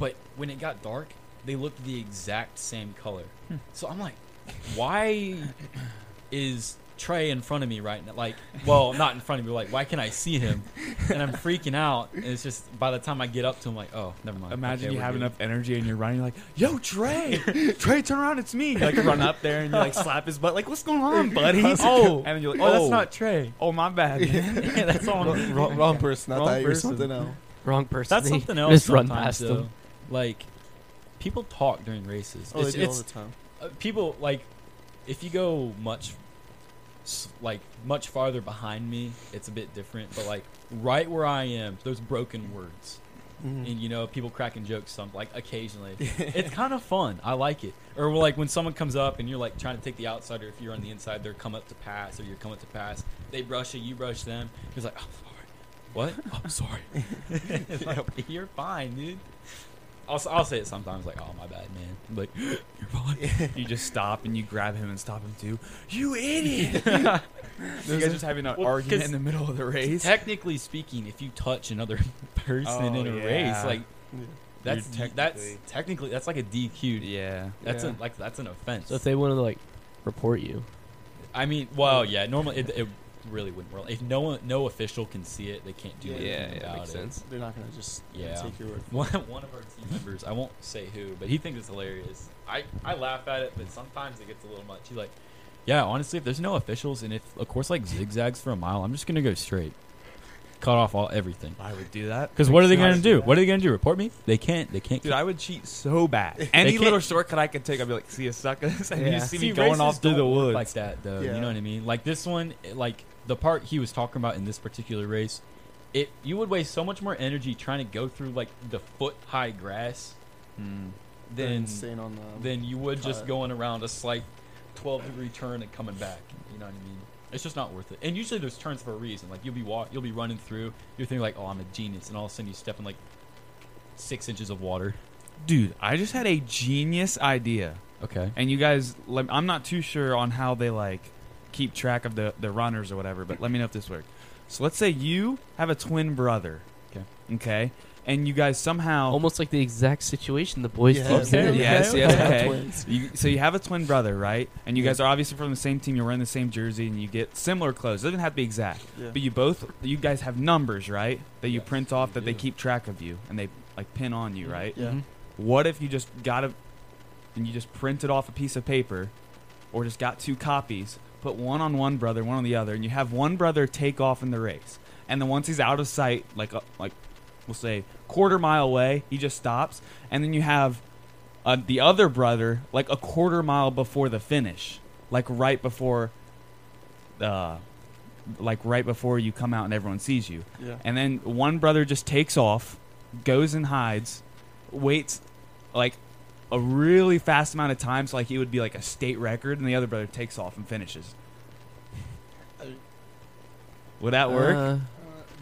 S4: but when it got dark, they looked the exact same color. So I'm like, why is Trey in front of me right now? Like, well, not in front of me. but, Like, why can I see him? And I'm freaking out. And it's just by the time I get up to him, like, oh, never mind.
S1: Imagine
S4: Okay,
S1: you
S4: we're
S1: have
S4: good.
S1: enough energy and you're running like, "Yo, Trey, Trey, turn around, it's me!" Like you run up there and you like slap his butt, like, "What's going on, buddy?"
S4: Oh.
S1: and then you're like,
S4: Oh, that's not Trey.
S1: Oh, my bad. man."
S4: Yeah, that's all. I'm-
S3: wrong, wrong person. I
S1: Wrong
S3: thought you were
S1: person.
S3: something else.
S2: Wrong person.
S4: That's
S2: They
S4: something else.
S2: Just run
S4: sometimes,
S2: past
S4: though.
S2: them.
S4: Like, people talk during races.
S3: Oh,
S4: it's,
S3: they do all
S4: it's-
S3: the time.
S4: uh, people like if you go much s- like much farther behind me it's a bit different but like right where i am there's broken words
S3: Mm. Mm-hmm.
S4: and you know people cracking jokes some like occasionally it's kind of fun i like it or well, like when someone comes up and you're like trying to take the outsider if you're on the inside they're come up to pass or you're coming to pass they brush you you brush them it's like oh sorry what i'm sorry It's like, you're fine dude I'll, s- I'll say it sometimes like oh my bad man like you're fine
S1: you just stop and you grab him and stop him too. You idiot! you guys just having an
S4: Well, 'cause
S1: argument in the middle of the race.
S4: technically speaking, if you touch another person
S1: Oh,
S4: in a
S1: yeah.
S4: race, like
S3: Yeah.
S4: that's
S1: You're
S4: that's
S1: technically-
S4: technically that's like a DQ.
S1: yeah,
S4: That's
S2: Yeah.
S4: a, like that's an offense.
S2: So if they wanted to like report you,
S4: I mean, well, yeah. Normally, it, it really wouldn't work. If no one, no official can see it, they can't do
S3: Yeah,
S4: anything about it.
S3: They're not gonna just
S4: Yeah.
S3: take your word. for
S4: One, one of our team members, I won't say who, but he thinks it's hilarious. I, I laugh at it, but sometimes it gets a little much. He's like, yeah, honestly, if there's no officials and if a course like zigzags for a mile, I'm just gonna go straight, cut off all everything.
S1: I would do that.
S4: Because what are they
S3: Makes
S4: gonna
S3: sense.
S4: do? What are they gonna do? Report me? They can't. They can't.
S1: Dude, I would cheat so bad.
S4: They
S1: Any little
S4: can't-
S1: shortcut I could take, I'd be like, "See ya, suckers!" And
S2: Yeah.
S1: you see me going off through the woods.
S4: like that, though. You
S3: Yeah.
S4: know what I mean? Like this one, it- like the part he was talking about in this particular race, it you would waste so much more energy trying to go through like the foot high grass
S1: Mm.
S3: it. They're
S4: than
S3: insane on the
S4: than you would just
S3: Cut.
S4: going around a slight twelve degree turn and coming back. You know what I mean? It's just not worth it. And usually there's turns for a reason. Like you'll be walk, you'll be running through. You're thinking like, oh, I'm a genius, and all of a sudden you step in like six inches of water.
S1: Dude, I just had a genius idea.
S4: Okay.
S1: And you guys, let, I'm not too sure on how they like keep track of the the runners or whatever, but let me know if this works. So let's say you have a twin brother.
S4: Okay.
S1: Okay. and you guys somehow
S2: Almost like the exact situation the boys
S3: Yeah.
S2: team
S4: Okay,
S2: did.
S4: yeah.
S1: yes,
S4: okay,
S1: yes,
S4: okay.
S1: okay.
S3: Twins.
S1: You, so you have a twin brother, right? And you
S3: Yeah.
S1: guys are obviously from the same team. You're wearing the same jersey, and you get similar clothes. It doesn't have to be exact,
S3: Yeah.
S1: but you both, you guys have numbers, right? That you
S4: Yes,
S1: print off
S4: we
S1: that they
S4: do.
S1: keep track of you, and they like pin on you, right?
S3: Yeah.
S2: Mhm.
S1: What if you just got a, and you just printed off a piece of paper, or just got two copies, put one on one brother, one on the other, and you have one brother take off in the race, and then once he's out of sight, like a, like, we'll say quarter mile away, he just stops, and then you have, uh, the other brother like a quarter mile before the finish, like right before, uh, like right before you come out and everyone sees you.
S3: Yeah.
S1: And then one brother just takes off, goes and hides, waits like a really fast amount of time, so like he would be like a state record, and the other brother takes off and finishes. Would that work?
S2: Uh,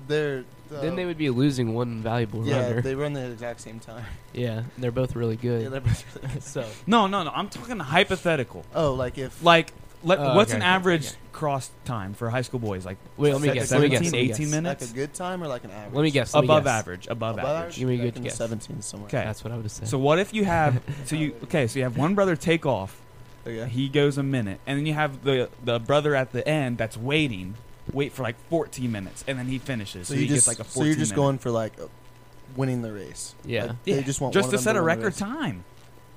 S3: They're the,
S2: then they would be losing one valuable
S3: yeah
S2: runner.
S3: they run the exact same time.
S2: yeah, and they're both really
S3: Yeah,
S2: good.
S3: they're both really-
S2: so
S1: no, no, no. I'm talking hypothetical.
S3: oh, like if
S1: Like, let,
S2: Oh,
S1: what's
S2: okay,
S1: an
S2: okay,
S1: average
S2: okay.
S1: cross time for high school boys? Like
S2: wait, let me
S3: Second
S2: guess. Let me guess.
S1: 17,
S2: Let me
S1: 18
S2: guess.
S1: minutes?
S3: like a good time or like an average.
S2: Let me guess. let me
S1: above
S2: guess.
S1: average, above,
S3: Above
S1: average.
S2: Give me a
S3: Like
S2: good
S3: in the
S2: guess.
S3: Seventeen somewhere.
S1: Okay.
S2: That's what I would have said.
S1: So what if you have so you okay so you have one brother take off
S3: Okay.
S1: He goes a minute, and then you have the the brother at the end that's waiting, wait for like 14 minutes, and then he finishes.
S3: So
S1: So, he
S3: you
S1: gets
S3: just
S1: like a 14
S3: so you're just
S1: minute.
S3: going for like uh, winning the race.
S2: Yeah.
S3: Like,
S1: Yeah.
S3: They just want
S1: just
S3: one
S1: to
S3: of them
S1: set a
S3: win the
S1: record
S3: race.
S1: time.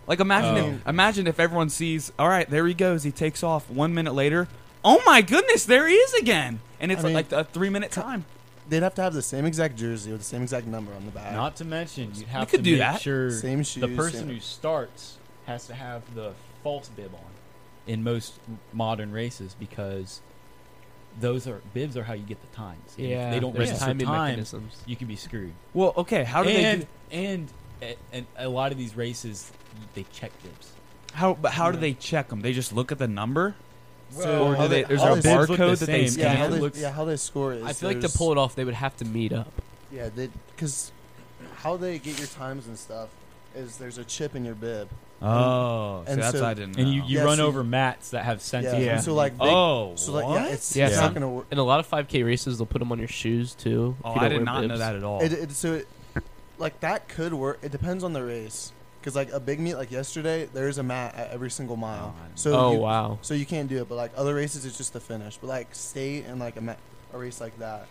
S1: Like imagine if,
S4: Oh.
S1: imagine if everyone sees, all right, there he goes, he takes off. One minute later, oh my goodness, there he is again, and it's
S3: I mean,
S1: like a three minute time.
S3: They'd have to have the same exact jersey with the same exact number on the back.
S4: Not to mention, you'd have
S1: could
S4: to
S1: do
S4: make
S1: that.
S4: sure
S3: same shoes.
S4: the person
S3: same-
S4: who starts has to have the false bib on in most modern races because those are bibs are how you get the times. And if
S2: yeah,
S4: they don't
S2: there's
S4: register
S2: timing
S4: times,
S2: mechanisms.
S4: you can be screwed.
S1: Well, okay, how do they
S4: and,
S1: do,
S4: and and and a lot of these races they check bibs.
S1: how but how do
S3: Yeah.
S1: they check them? They just look at the number.
S3: So-
S1: or do
S3: all
S1: they,
S3: the-
S1: there's a
S3: all the
S4: bibs look the
S1: barcode that they
S4: same.
S3: yeah, how
S1: scan.
S4: it
S3: they,
S4: looks-
S3: yeah, how they score is.
S2: I feel like to
S3: there's-
S2: pull it off, they would have to meet up.
S3: Yeah, they because how they get your times and stuff is there's a chip in your bib.
S1: oh, so
S3: Mm-hmm. And
S1: that's
S3: so-
S1: what I didn't.
S4: And you,
S1: know.
S4: you
S3: Yeah,
S4: run
S3: so-
S4: over mats that have sensors.
S3: Yeah.
S4: on
S1: Yeah.
S4: them.
S3: So like, they,
S1: oh,
S3: so like, yeah,
S1: what?
S3: it's,
S2: Yeah.
S3: it's not gonna work.
S2: And a lot of 5K races, they'll put them on your shoes too. if
S1: Oh,
S2: you
S1: I
S2: don't
S1: did
S2: wear
S1: not know
S2: bibs.
S1: that at all.
S3: It, it, so, it, like that could work. It depends on the race. Because like a big meet like yesterday, there's a mat at every single mile.
S1: Oh, I know.
S3: so
S2: oh
S3: you,
S2: wow.
S3: so you can't do it. But like other races, it's just the finish. But like state and like a, ma- a race like that,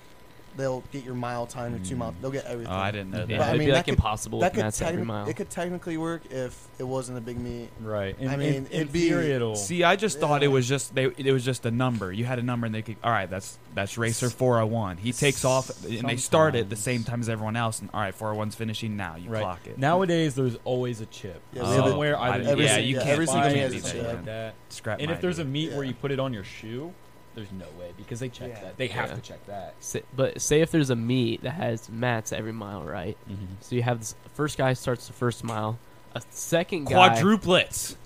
S3: they'll get your mile time or two
S1: Mm.
S3: mile. They'll get everything.
S1: oh, I didn't know
S2: Yeah,
S1: that.
S3: But I
S2: it'd
S3: mean,
S2: be
S3: that
S2: like
S3: could-
S2: impossible
S3: That
S2: with
S3: could
S2: mats every
S3: technic-
S2: mile.
S3: It could technically work if it wasn't a big meet.
S4: Right.
S3: I
S4: And-
S3: mean,
S4: and in
S3: it'd be-
S4: theory, it'll-
S1: See, I just thought it
S3: Yeah.
S1: was just they. It was just a number. You had a number, and they could. All right, that's that's racer four hundred one. He takes off, and they start at the same
S4: Sometimes.
S1: time as everyone else. And all right, four hundred one's finishing now. You
S4: Right.
S1: clock it.
S4: Nowadays, there's always a chip.
S3: Yeah,
S1: we have a-
S4: Somewhere,
S1: I
S4: either
S1: didn't-
S4: you
S1: yeah,
S4: get
S1: you
S4: it
S1: can't-
S3: every
S4: by
S3: single
S4: or
S3: team has a
S4: something
S3: chip.
S4: like that.
S1: Scrap.
S4: And
S1: my
S4: if there's a
S1: idea.
S4: meet where
S3: Yeah.
S4: you put it on your shoe, there's no way because they check
S3: Yeah.
S4: that. They have
S2: Yeah.
S4: to check that.
S2: Sa- but say if there's a meet that has mats every mile, right?
S4: Mm-hmm.
S2: So you have this first guy starts the first mile, a second guy.
S1: quadruplets.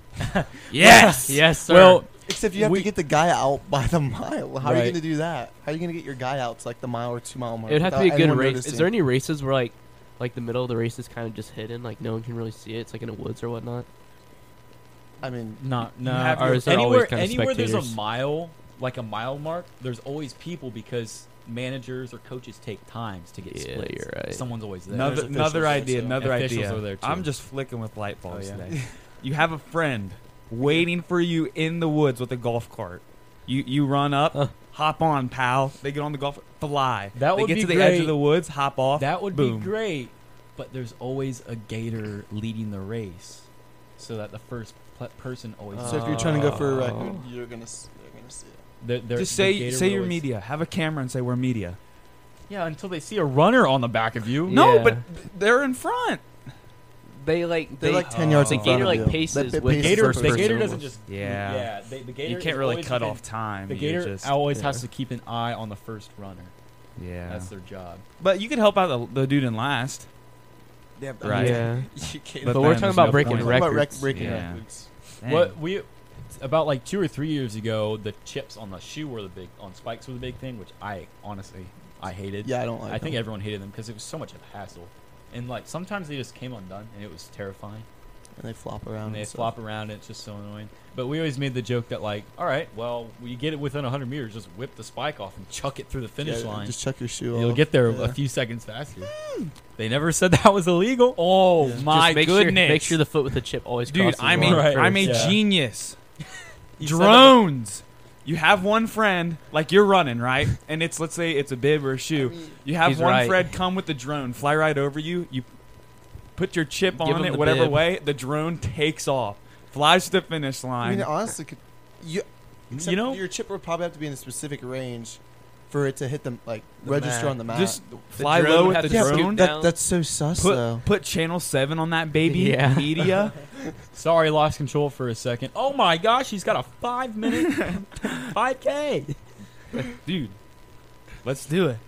S1: yes.
S2: Yes, sir.
S4: Well,
S3: Except you have
S4: We-
S3: to get the guy out by the mile. How are
S4: Right.
S3: you going to do that? How are you going to get your guy out to like the mile or two mile mark?
S2: it would have to be a
S3: without
S2: good
S3: anyone
S2: race.
S3: noticing?
S2: Is there any races where like, like the middle of the race is kind of just hidden, like no one can really see it? It's like in the woods or whatnot.
S3: I mean,
S4: not no.
S1: have
S2: your-
S4: Or
S2: is there always
S4: anywhere
S2: kinda
S4: anywhere there's a
S2: spectators?
S4: mile, like a mile mark, there's always people because managers or coaches take times to get
S2: Yeah,
S4: splits.
S2: you're right.
S4: Someone's always there.
S1: Another,
S3: There's
S1: another
S3: officials
S1: idea.
S3: there, too.
S1: Another
S4: Officials
S1: idea.
S4: are there, too.
S1: I'm just flicking with light bulbs
S4: Oh, yeah.
S1: today. you have a friend waiting for you in the woods with a golf cart. You you run up,
S2: Huh.
S1: hop on, pal. They get on the golf, fly.
S4: That
S1: they
S4: would
S1: get
S4: be
S1: to the edge
S4: great.
S1: of the woods, hop off.
S4: That would
S1: Boom.
S4: be great, but there's always a gator leading the race, so that the first pl- person always.
S3: so if you're trying to go for a record,
S2: Oh.
S3: you're going to you're going to see it.
S4: They're- they're-
S1: Just
S4: the
S1: say
S4: gator
S1: say
S4: would
S1: your
S4: always-
S1: media. Have a camera and say we're media.
S4: Yeah, until they see a runner on the back of you.
S2: No, Yeah. but
S1: they're in front.
S2: They like
S3: They're
S2: they
S3: like 10 yards
S1: the
S3: in front
S2: gator,
S3: of
S2: like,
S3: you.
S2: paces
S3: That
S2: with
S3: paces
S4: Gator,
S2: First
S4: the
S2: person
S4: gator
S2: almost.
S4: doesn't just.
S1: Yeah.
S4: yeah. They, the gator
S1: You can't
S4: is
S1: really
S4: always
S1: cut
S4: within-
S1: off time.
S4: The
S1: You
S4: gator
S1: just-
S4: always
S2: yeah.
S4: has to keep an eye on the first runner.
S1: yeah.
S4: That's their job.
S1: but you could help out the, the dude in last.
S3: They have
S1: Right.
S2: Yeah.
S3: you can't.
S1: But
S2: But, we're
S1: then
S2: talking
S1: there's
S2: about
S1: no
S2: breaking
S1: point.
S3: Talk about
S2: records.
S3: rec- breaking
S1: Yeah.
S3: records.
S4: What we about like two or three years ago, the chips on the shoe were the big on spikes were the big thing, which I honestly I hated.
S3: Yeah, I don't like.
S4: I think
S3: them.
S4: everyone hated them because it was so much of a hassle, and like sometimes they just came undone, and it was terrifying.
S3: and they flop around.
S4: and they
S3: and stuff.
S4: flop around. It's just so annoying. But we always made the joke that like, all right, well, you get it within 100 meters, just whip the spike off and chuck it through the finish
S3: Yeah,
S4: line.
S3: Just chuck your shoe.
S4: You'll
S3: off.
S4: get there a
S3: Yeah.
S4: few seconds faster. They never said that was illegal. Oh
S3: Yeah. Just
S4: my
S2: Just make
S4: goodness!
S2: Sure, make sure the foot with the chip always
S1: Dude,
S2: crosses the
S1: I'm a,
S2: line
S4: Right.
S1: am a
S4: Yeah.
S1: genius.
S4: He said that-
S1: Drones. You have one friend, like you're running, right? And it's let's say it's a bib or a shoe. You have
S2: He's
S1: one
S2: right.
S1: friend come with the drone, fly right over you. You put your chip
S2: Give
S1: on
S2: him
S1: it,
S2: the
S1: whatever
S2: bib.
S1: way. The drone takes off, flies to the finish
S3: I
S1: line.
S3: mean, honestly, could, you, except
S4: you know,
S3: your chip would probably have to be in a specific range for it to hit them like
S2: The mat.
S3: register on uh, the map.
S1: Just
S2: The
S1: fly
S2: drone
S1: low
S2: had
S1: with the
S2: to scoot
S1: drone.
S2: down.
S3: that, that's so sus
S1: Put
S3: though.
S1: put channel seven on that baby.
S2: Yeah.
S1: Media.
S4: sorry, lost control for a second. Oh my gosh, he's got a five minute, five k.
S1: Dude, let's do it.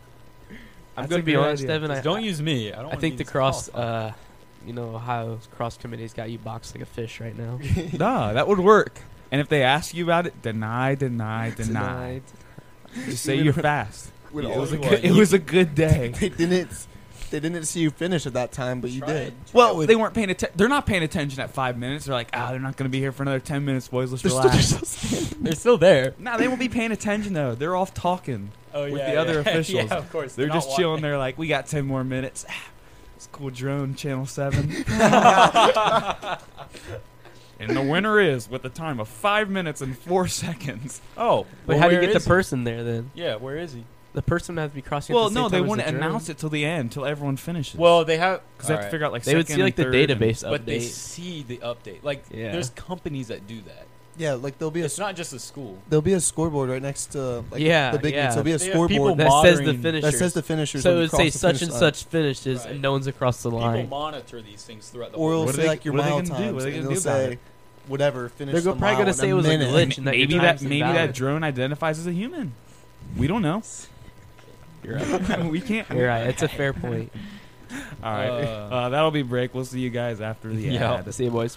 S2: I'm
S1: That's
S2: going
S1: a
S2: to be
S1: good
S2: honest,
S1: idea.
S2: Evan. I,
S4: Don't use me. I don't.
S2: I
S4: wanna
S2: think
S4: be
S2: the cross,
S4: disqualified.
S2: uh, you know, Ohio's cross committee's got you boxed like a fish right now.
S1: nah, that would work. And if they ask you about it, deny, deny, deny. Just say you're fast.
S3: Would
S4: Yeah,
S1: It
S3: all
S1: was a
S3: you
S1: good, it
S4: You-
S1: was a good day.
S3: they didn't they didn't see you finish at that time, but you
S4: Try
S3: did.
S4: it.
S1: Well, they weren't paying attention. They're not paying attention at five minutes. They're like, ah, they're not going to be here for another ten minutes, boys. Let's
S3: They're still-
S1: relax.
S3: they're still-
S4: They're still there.
S1: nah, they won't be paying attention though. They're off talking.
S4: Oh
S1: With the other officials.
S4: yeah, of course.
S1: They're
S4: not
S1: just
S4: watching.
S1: chilling. They're like, we got ten more minutes. It's cool drone channel seven. and the winner is with a time of five minutes and four seconds.
S4: Oh,
S2: But
S4: well,
S2: how do you
S4: where
S2: get the
S4: is he?
S2: person there then?
S4: Yeah, where is he?
S2: The person would have to be crossing.
S1: Well, no, they wouldn't announce it till the end, till everyone finishes.
S4: Well, they have
S1: because they have to figure out like
S2: They would
S1: second
S2: see like the
S1: and third and-
S2: database
S4: but they
S2: update.
S4: see the update. Like,
S2: Yeah.
S4: there's companies that do that.
S3: yeah, like there'll be a
S4: It's not just a school.
S3: there'll be a scoreboard right next to like
S2: Yeah,
S3: the big
S2: yeah.
S3: ones. There'll be a
S4: They have people
S3: scoreboard that,
S2: That says the
S4: monitoring-
S2: finishers.
S3: says the finishers.
S2: so
S3: when
S2: it
S3: you
S2: would
S3: cross
S2: say
S3: the
S2: such
S3: finish
S2: and
S3: line.
S2: such finishes,
S4: Right.
S2: and no one's across the
S4: People
S2: line.
S4: monitor these things throughout the
S3: Or
S4: whole.
S3: it'll
S1: What are
S3: say
S1: they-
S3: like your
S1: what are they
S3: mile
S1: gonna do?
S3: times,
S1: What are they
S3: and
S1: gonna
S3: it'll
S1: do about
S3: say whatever finish.
S2: They're
S3: the
S2: go- probably
S3: mile
S2: gonna
S3: in
S2: say it was a
S3: minute.
S2: glitch and that your
S1: maybe
S2: time's
S1: that maybe
S2: invalid.
S1: that drone identifies as a human. We don't know.
S2: You're right.
S1: we can't.
S2: You're right. It's a fair point.
S1: All right.
S4: Uh.
S1: Uh, that'll be break. We'll see you guys after the
S4: Yeah.
S1: ad.
S2: See you, boys.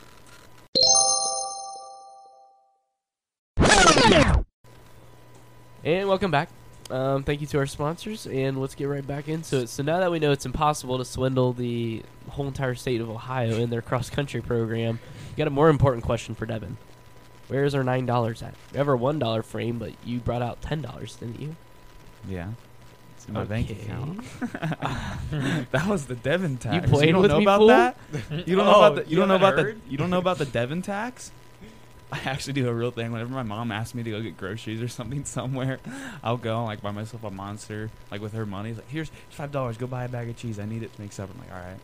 S2: And welcome back. Um, thank you to our sponsors, and let's get right back into it. So now that we know it's impossible to swindle the whole entire state of Ohio in their cross country program, we got a more important question for Devin. Where is our nine dollars at? We have our one dollar frame, but you brought out ten dollars, didn't you?
S1: Yeah. It's in my bank
S2: Okay.
S1: account. that was the Devon tax.
S2: played
S1: don't
S2: with
S1: know
S2: me,
S1: about
S2: fool?
S1: that? You don't know
S4: Oh,
S1: about the, you,
S4: you
S1: don't know
S4: haven't
S1: about
S4: heard?
S1: the you don't know about the Devon tax? I actually do a real thing. Whenever my mom asks me to go get groceries or something somewhere, I'll go and like buy myself a monster, like with her money. It's like, here's five dollars, go buy a bag of cheese. I need it to make supper. I'm like, all right.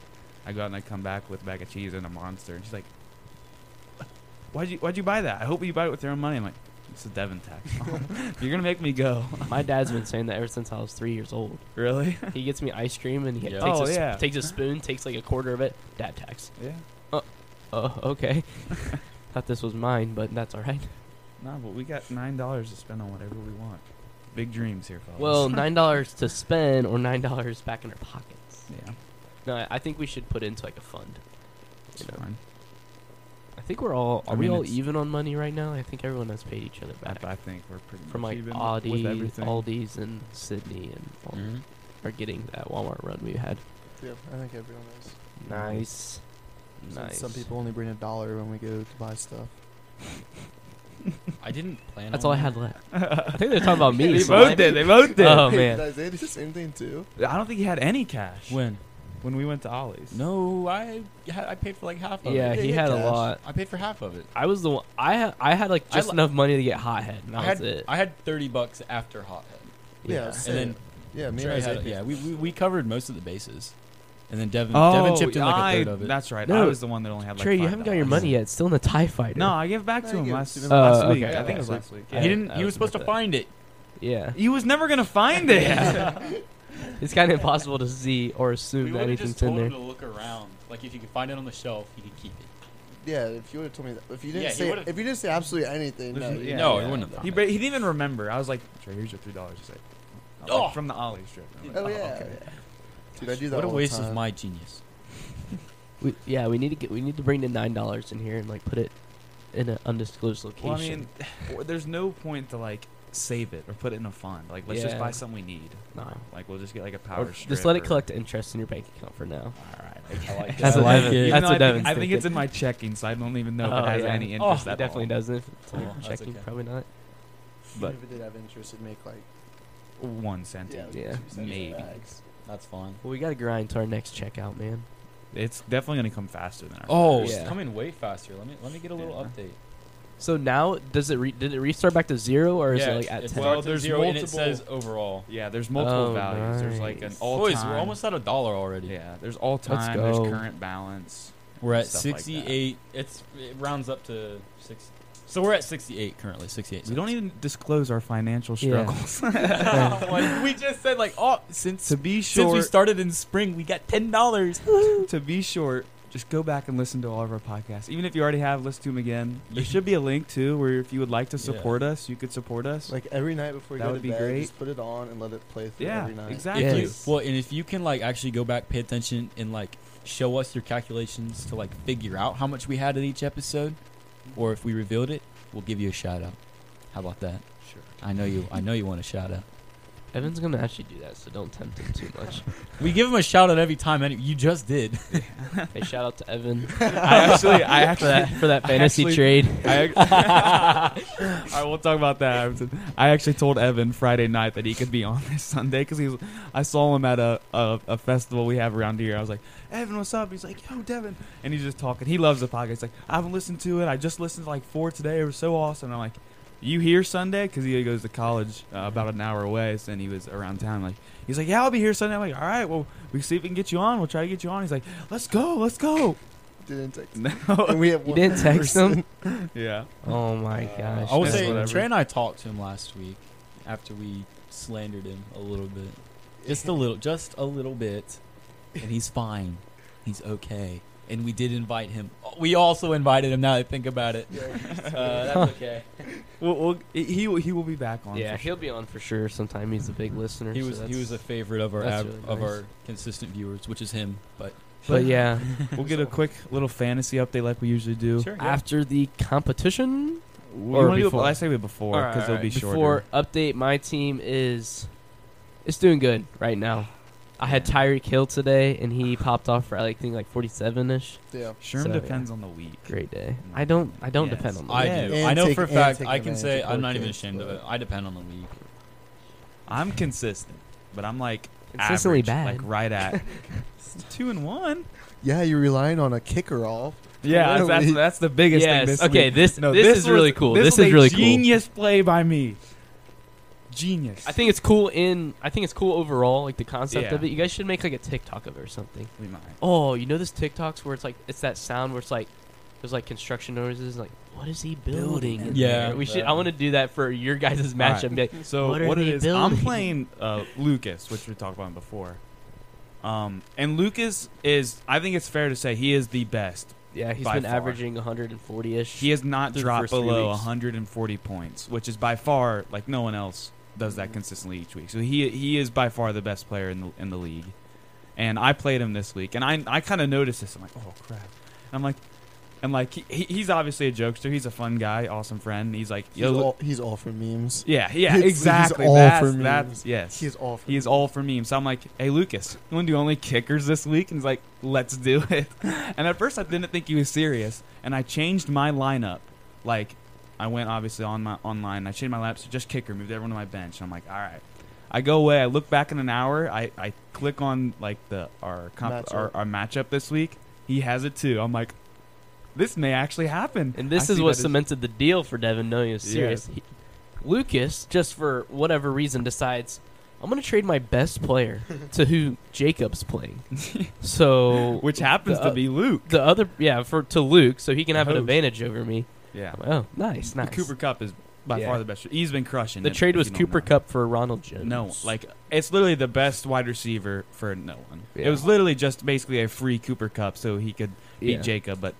S1: I go out and I come back with a bag of cheese and a monster, and she's like, Why'd you why'd you buy that? I hope you buy it with your own money. I'm like, it's the Devon tax. Mom. You're gonna make me go.
S2: My dad's been saying that ever since I was three years old.
S1: Really?
S2: He gets me ice cream and he
S4: Yeah.
S2: takes,
S1: Oh,
S2: a, sp-
S1: yeah.
S2: takes a spoon, takes like a quarter of it. Dad tax.
S1: Yeah.
S2: Oh, okay. Thought this was mine, but that's all right.
S1: No, but we got nine dollars to spend on whatever we want. Big dreams here, fellas.
S2: Well, nine dollars to spend or nine dollars back in our pockets.
S1: yeah,
S2: No, I- I think we should put into like a fund.
S1: it's
S2: You know,
S1: fine.
S2: I think we're all
S1: I
S2: are we
S1: mean,
S2: all
S1: it's-
S2: even on money right now? I think everyone has paid each other back
S1: I, I think we're pretty
S2: from
S1: much
S2: like
S1: even with
S2: Audi,
S1: everything.
S2: Aldi's, and Sydney, and all,
S4: Mhm.
S2: are getting that Walmart run we had.
S3: Yeah, I think everyone is.
S2: Nice,
S3: Since
S2: nice. Oh,
S3: Some people only bring a dollar when we go to buy stuff.
S4: I didn't plan.
S2: That's
S4: on
S2: all I
S4: that.
S2: had left. I think they're talking about me.
S1: they
S2: so I-
S1: both did. They both did.
S2: Oh
S3: Hey,
S2: man,
S3: did I say the same thing too?
S1: I don't think he had any cash
S4: When?
S1: when we went to Ollie's.
S4: No, I had, I paid for like half of
S2: yeah,
S4: it.
S2: he
S3: yeah,
S2: had a
S3: cash.
S2: lot.
S4: I paid for half of it.
S2: I was the one. I ha- I had like
S4: I
S2: just
S4: li-
S2: enough money to get hothead, and that
S4: I had
S2: was it.
S4: I had thirty bucks after Hothead,
S3: Yeah,
S2: Yeah.
S4: and
S3: same.
S4: then
S3: Yeah, me and
S4: Trey
S3: Isaiah
S4: had,
S3: paid
S4: yeah, we, we we covered most of the bases, and then Devin
S1: Oh,
S4: Devin chipped in like
S1: I-
S4: a third of it.
S1: That's right. I
S2: No.
S1: was the one that only had like.
S2: Trey, you
S1: $5.
S2: haven't got your money yet. It's still in the Tie Fighter.
S1: No, I gave back to
S3: No, you
S1: him
S3: gave it
S1: last,
S3: to them
S1: last
S2: last
S1: week.
S2: week.
S1: I think it was
S4: Yeah.
S1: last week.
S2: Yeah.
S4: he didn't.
S2: I
S4: He was supposed to
S2: remember that.
S4: find it.
S2: Yeah,
S1: He was never gonna find it.
S2: it's kind of impossible to see or assume that
S4: would've
S2: anything's in there.
S4: to look around. Like if you could find it on the shelf, he could keep it.
S3: Yeah, if you would have told me that, if you didn't
S4: Yeah, he
S3: say,
S4: would've-
S3: if you didn't say absolutely anything, no,
S1: There's-
S3: you-
S1: No,
S4: he wouldn't have
S1: he, ba- he didn't even remember. I was like, Trey, here's your three dollars. He's like, "Oh,
S4: Oh.
S1: from the Ollie's trip. I'm like,
S3: Oh yeah,
S1: okay.
S3: dude, I do that.
S4: What a
S3: all the
S4: waste of
S3: time.
S4: my genius.
S2: We, yeah, we need to get we need to bring the nine dollars in here and like put it in an undisclosed location.
S1: Well, I mean, there's no point to like save it or put it in a fund. Like let's just
S2: Yeah.
S1: buy something we need.
S2: No.
S1: Like we'll just get like a power
S2: Or
S1: strip.
S2: just let it
S1: or-
S2: collect interest in your bank account for now.
S1: All right, I, I like
S2: That's
S4: I
S1: that.
S2: what
S4: like
S2: Devin.
S4: it.
S2: That's
S1: Even though
S2: what
S1: I
S2: Devin's
S1: think, I think
S2: thinking.
S1: it's in my checking, so I don't even know if
S2: Oh,
S1: it has
S2: yeah.
S1: any
S4: Oh,
S1: interest.
S2: It
S1: at
S2: definitely
S1: all.
S2: doesn't.
S4: Oh, that's
S2: Checking,
S4: okay.
S2: probably not.
S1: But-
S3: Even if it did have interest, it'd make like
S1: One centime.
S3: it would
S2: Yeah.
S3: be two cents
S1: Maybe.
S3: bags.
S4: That's fine.
S2: Well, we gotta grind to our next checkout, man.
S1: It's definitely gonna come faster than our.
S4: Oh,
S1: first.
S4: it's
S2: Yeah.
S4: coming way faster. Let me let me get a little
S1: Yeah.
S4: update.
S2: So now, does it re- did it restart back to zero or is
S4: yeah,
S2: it like at
S4: it's
S2: ten?
S1: well-
S4: well,
S1: there's
S4: there's zero, and it
S1: multiple-
S4: says overall.
S1: yeah. There's multiple
S2: Oh,
S1: values. There's like an
S2: nice.
S1: all
S4: Boys,
S1: time.
S4: we're almost at a dollar already.
S1: Yeah, there's all
S2: Let's
S1: time. There's
S2: go.
S1: current balance.
S4: We're at
S1: Stuff like that.
S4: 68. it's it rounds up to six. So we're at 68 currently. 68.
S1: We don't even disclose our financial
S2: Yeah.
S1: struggles.
S4: Like, we just said like, oh, since
S1: to be
S4: since we
S1: short,
S4: started in spring, we got ten dollars.
S1: to be short, just go back and listen to all of our podcasts. Even if you already have, listen to them again. There should be a link too, where if you would like to
S4: Yeah.
S1: support us, you could support us.
S3: Like every night before you
S1: That
S3: go
S1: would
S3: to
S1: be
S3: bed,
S1: great.
S3: just put it on and let it play through
S1: yeah,
S3: every night.
S1: exactly.
S4: If you,
S2: Yes.
S4: well, and if you can like actually go back, pay attention, and like show us your calculations to like figure out how much we had at each episode, or if we revealed it, we'll give you a shout out. How about that?
S1: Sure.
S4: I know you. I know you want a shout out.
S2: Evan's gonna actually do that, so don't tempt him too much.
S4: We give him a shout out every time. Any, you just did.
S2: hey, shout out to Evan
S1: I actually, I
S2: for
S1: actually,
S2: that for that
S1: I
S2: fantasy
S1: actually-
S2: trade.
S1: I, ac- I won't talk about that. I was- I actually told Evan Friday night that he could be on this Sunday because he was. I saw him at a, a a festival we have around here. I was like, Evan, what's up? He's like, Yo, Devin, and he's just talking. He loves the podcast. He's like, I haven't listened to it. I just listened to like four today. It was so awesome. And I'm like, You here Sunday? Because he goes to college uh, about an hour away, so- and he was around town. Like, he's like, Yeah, I'll be here Sunday. I'm like, All right, well, we see if we can get you on. We'll try to get you on. He's like, Let's go, let's go.
S3: Didn't text.
S1: No,
S3: And we have
S2: You
S3: one
S2: didn't text
S3: person.
S2: him?
S1: yeah.
S2: Oh my
S3: Uh,
S2: gosh!
S4: I would
S1: That's
S4: say
S1: whatever.
S4: Trey and I talked to him last week after we slandered him a little bit, just a little, just a little bit, and he's fine. He's okay. And we did invite him. We also invited him. Now that I think about it,
S3: Yeah,
S4: uh, that's okay.
S1: Well, well he he will be back on.
S2: yeah,
S1: for sure.
S2: he'll be on for sure sometime. He's a big listener.
S4: He
S2: so
S4: was he
S2: that's-
S4: was a favorite of our
S2: that's
S4: av-
S2: really
S4: of
S2: nice.
S4: our consistent viewers, which is him. But
S2: But yeah,
S1: We'll get a quick little fantasy update like we usually do.
S4: sure, yeah.
S2: after the competition,
S1: We
S2: Or
S1: wanna do it-
S2: before.
S1: I say we before
S2: All right,
S1: because
S2: all
S1: it'll be
S2: right.
S1: shorter.
S2: Before update, my team is it's doing good right now. I had Tyreek Hill today, and he popped off for I think like forty-seven ish.
S3: Yeah.
S1: Sherm
S2: So,
S1: depends on the week.
S2: Great day. I don't I don't
S1: Yes.
S2: depend on.
S4: I
S2: that.
S3: Yeah.
S4: do.
S3: And
S4: I know
S3: take-
S4: for a
S3: and
S4: fact.
S3: take
S4: I can
S3: advantage
S4: say
S3: of
S4: I'm not
S3: both
S4: even
S3: kids,
S4: ashamed of
S3: but-
S4: it. I depend on the league.
S1: I'm consistent, but I'm like
S2: Consistently
S1: average,
S2: bad.
S1: like right at two and one.
S3: Yeah, you're relying on a kicker off.
S1: Yeah, that's
S3: Literally.
S1: that's the biggest
S2: yes.
S1: thing. This
S2: okay.
S1: week.
S2: This
S1: No,
S2: this, is
S1: was-
S2: really cool. This,
S1: was
S2: is
S1: a
S2: really cool.
S1: genius play by me. Genius.
S2: I think it's cool in I think it's cool overall, like the concept
S1: Yeah.
S2: of it. You guys should make like a TikTok of it or something.
S1: we might.
S2: Oh, you know this TikToks where it's like it's that sound where it's like there's like construction noises. Like what is he building? in
S4: Yeah.
S2: there? we should. I want to do that for your guys'
S1: right.
S2: matchup. and be like,
S1: So
S2: What
S1: what,
S2: are
S1: it
S2: they
S1: is, I'm
S2: building?
S1: playing uh, Lucas, which we talked about before. Um, and Lucas is, I think it's fair to say, he is the best.
S2: yeah, he's
S1: By
S2: been
S1: far.
S2: averaging 140 ish.
S1: He has not
S4: Through the
S1: dropped
S4: first three
S1: below
S4: weeks.
S1: 140 points, which is by far like no one else does that consistently each week. So he he is by far the best player in the in the league. And I played him this week, and I I kind of noticed this. I'm like, oh crap. And I'm like, and like he, he- he's obviously a jokester. He's a fun guy, awesome friend. and He's like,
S3: He's,
S1: yo, look-
S3: all, he's all for memes.
S1: yeah, yeah,
S3: It's- he's
S1: exactly.
S3: all
S1: that's,
S3: for
S1: that's
S3: memes.
S1: yes.
S3: He is all for
S1: He is all for memes. So I'm like, hey, Lucas, you want to do only kickers this week? And he's like, let's do it. And at first, I didn't think he was serious. And I changed my lineup. Like, I went obviously on my online. I changed my lineup to just kicker, moved everyone to my bench. And I'm like, all right. I go away. I look back in an hour. I, I click on like the our, comp,
S3: Matchup.
S1: our our matchup this week. He has it too. I'm like, this may actually happen.
S2: and this
S1: I
S2: is
S1: see
S2: what
S1: that as-
S2: cemented the deal for Devin. No, he was serious. He- Lucas, just for whatever reason, decides I'm going to trade my best player to who Jacob's playing. so
S1: which happens
S2: the-
S1: to be Luke.
S2: the other yeah for to Luke, so he can
S1: The
S2: have an
S1: host.
S2: advantage over me.
S1: Yeah.
S2: Oh, nice, nice.
S1: The Cooper Cup is by
S2: Yeah.
S1: far the best. He's been crushing.
S2: The
S1: it,
S2: trade
S1: if
S2: was
S1: you don't
S2: Cooper
S1: know.
S2: Cup for Ronald Jones.
S1: No, like it's literally the best wide receiver for no one. It
S2: Yeah.
S1: was literally just basically a free Cooper Cup, so he could beat
S2: Yeah.
S1: Jacob, but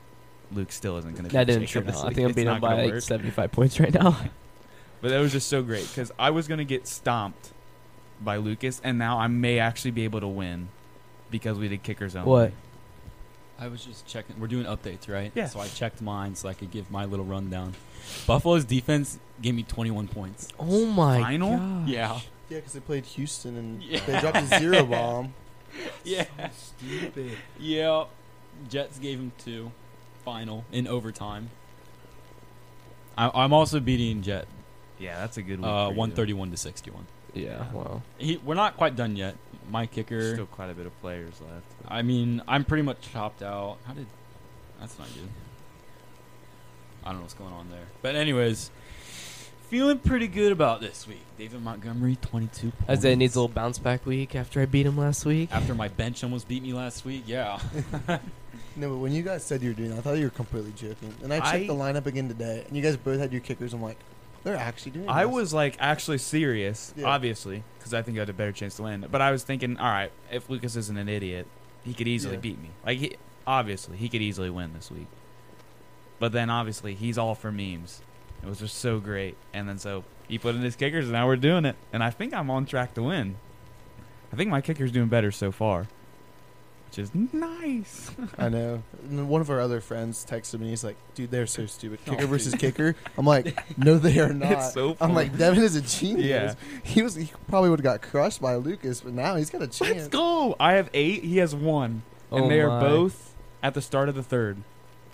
S1: Luke still isn't going to.
S2: That
S1: beat
S2: didn't
S1: Jacob
S2: turn
S1: this
S2: out. I
S1: week.
S2: think I'm
S1: It's
S2: beating
S1: not
S2: him
S1: gonna
S2: by like
S1: work.
S2: 75 points right now.
S1: But that was just so great because I was going to get stomped by Lucas, and now I may actually be able to win because we did kickers only.
S2: What?
S4: I was just checking. We're doing updates, right?
S1: Yeah.
S4: So I checked mine so I could give my little rundown. Buffalo's defense gave me 21 points.
S2: Oh my
S1: Final?
S2: gosh.
S4: Yeah.
S3: Yeah, because they played Houston and
S4: Yeah.
S3: they dropped a zero bomb.
S4: Yeah.
S3: Stupid.
S4: Yeah. Jets gave him two. Final in overtime. I, I'm also beating Jet
S1: Yeah, that's a good one.
S4: uh, 131 to 61.
S2: Yeah. Wow.
S4: He, we're not quite done yet. My kicker.
S1: Still quite a bit of players left.
S4: I mean, I'm pretty much chopped out. How did? That's not good. I don't know what's going on there. But anyways, feeling pretty good about this week. David Montgomery, 22 points.
S2: Isaiah needs a little bounce back week after I beat him last week.
S4: After my bench almost beat me last week, yeah.
S3: No, but when you guys said you were doing, that, I thought you were completely joking. And I checked
S1: I-
S3: the lineup again today, and you guys both had your kickers. I'm like, they're actually doing.
S1: I
S3: this.
S1: was like actually serious,
S3: Yeah.
S1: obviously, because I think I had a better chance to win. But I was thinking, all right, if Lucas isn't an idiot, he could easily
S3: Yeah.
S1: beat me. Like, he, obviously, he could easily win this week. But then, obviously, he's all for memes. It was just so great. And then, so he put in his kickers, and now we're doing it. And I think I'm on track to win. I think my kicker's doing better so far, which is nice.
S3: I know. And then one of our other friends texted me. He's like, "Dude, they're so stupid.
S4: Oh,
S3: Kicker
S4: dude.
S3: versus kicker." I'm like, "No, they are not."
S1: It's so
S3: I'm
S1: funny.
S3: like, Devin is a genius.
S1: Yeah.
S3: He was. He probably would have got crushed by Lucas, but now he's got a chance.
S1: Let's go. I have eight. He has one. And
S2: oh
S1: they
S2: my.
S1: are both at the start of the third.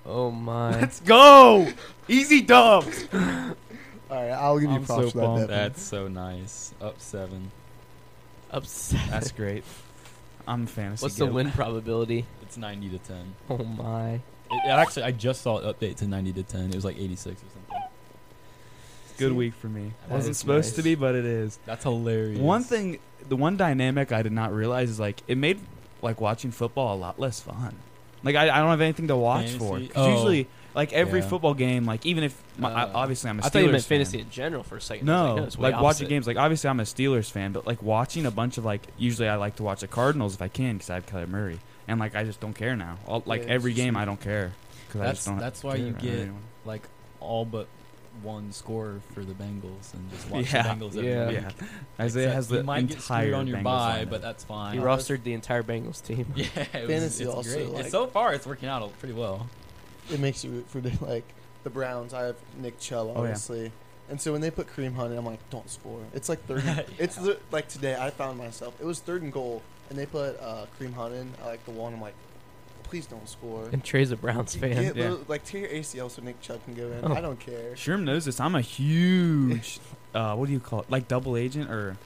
S2: Oh my.
S1: Let's go. Easy dubs.
S3: All right, I'll give you
S1: I'm
S3: props
S1: so
S3: for that.
S1: bummed
S3: Devin.
S4: That's so nice. Up seven.
S2: Upset.
S1: That's great. I'm a fantasy.
S2: What's the
S1: goat.
S2: win probability?
S4: It's 90 to 10.
S2: Oh my.
S4: It, it actually, I just saw it update to 90 to 10. It was like 86 or something.
S1: Good week for me.
S2: That
S1: Wasn't
S2: is
S1: supposed
S2: nice.
S1: to be, but it is.
S4: That's hilarious.
S1: One thing, the one dynamic I did not realize is like it made like watching football a lot less fun. Like I, I don't have anything to watch for.
S4: Fantasy?
S1: 'Cause
S4: Oh.
S1: usually, like every
S4: Yeah.
S1: football game, like even if my, I-
S4: Uh,
S1: obviously I'm a Steelers
S2: I thought you meant
S1: fan.
S2: fantasy in general for a second. I was
S1: No,
S2: it's way
S1: like watching
S2: opposite.
S1: games. Like obviously, I'm a Steelers fan, but like watching a bunch of like usually I like to watch the Cardinals if I can because I have Kyler Murray, and like I just don't care now. All, like
S3: Yeah,
S1: every
S3: it's just-
S1: game, I don't care because I
S4: That's-
S1: just don't.
S4: that's why
S1: care
S4: you
S1: about
S4: get-
S1: anyone.
S4: Like all but one score for the Bengals and just watch
S1: Yeah.
S4: the Bengals every
S2: Yeah.
S4: week.
S1: Yeah, Isaiah
S4: Except
S1: has the
S4: you might get screwed
S1: entire
S4: on your
S1: Bengals
S4: bye,
S1: lineup.
S4: but that's fine.
S2: He rostered the entire Bengals team.
S4: Yeah, it was,
S3: Fantasy
S4: it's
S3: also,
S4: great.
S3: like-
S4: It's- so far, it's working out pretty well.
S3: it makes you root for the, like the Browns. I have Nick Chubb,
S1: Oh, yeah.
S3: obviously. And so when they put Kareem Hunt in, I'm like, don't score. It's like third. It's the, like today. I found myself. It was third and goal, and they put uh, Kareem Hunt in. I like the one. I'm like, please don't score.
S2: And Trey's a Browns
S3: You
S2: fan.
S3: get
S1: Yeah.
S3: little- like tear your ACL so Nick Chubb can go in.
S2: Oh.
S3: I don't care.
S1: Sherm knows this. I'm a huge, uh, what do you call it? Like double agent or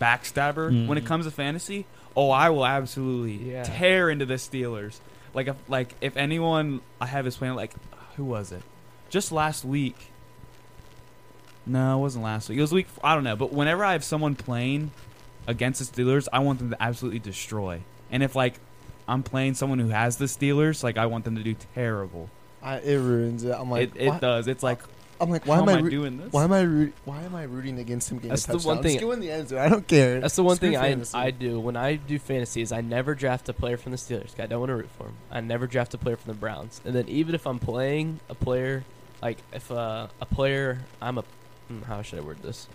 S1: backstabber when it
S4: Mhm.
S1: comes to fantasy. Oh, I will absolutely
S2: Yeah.
S1: tear into the Steelers. Like if like if anyone I have is playing like who was it? Just last week. No, it wasn't last week. It was week I don't know, but whenever I have someone playing against the Steelers, I want them to absolutely destroy. And if like I'm playing someone who has the Steelers, like I want them to do terrible.
S3: I, it ruins it. I'm like,
S1: it it
S3: why-
S1: does. It's like
S3: I'm like, why
S1: how
S3: am I, roo-
S1: doing this?
S3: why am I, roo- why am I rooting against him getting
S2: That's
S3: a
S2: the
S3: touchdown?
S2: one thing-
S3: Just go in the end zone. I don't care.
S2: That's the one
S3: Screw
S2: thing I,
S3: fantasy.
S2: I do when I do fantasy is I never draft a player from the Steelers. 'cause I don't want to root for him. I never draft a player from the Browns. And then even if I'm playing a player, like if uh, a player, I'm a mm, how should I word this?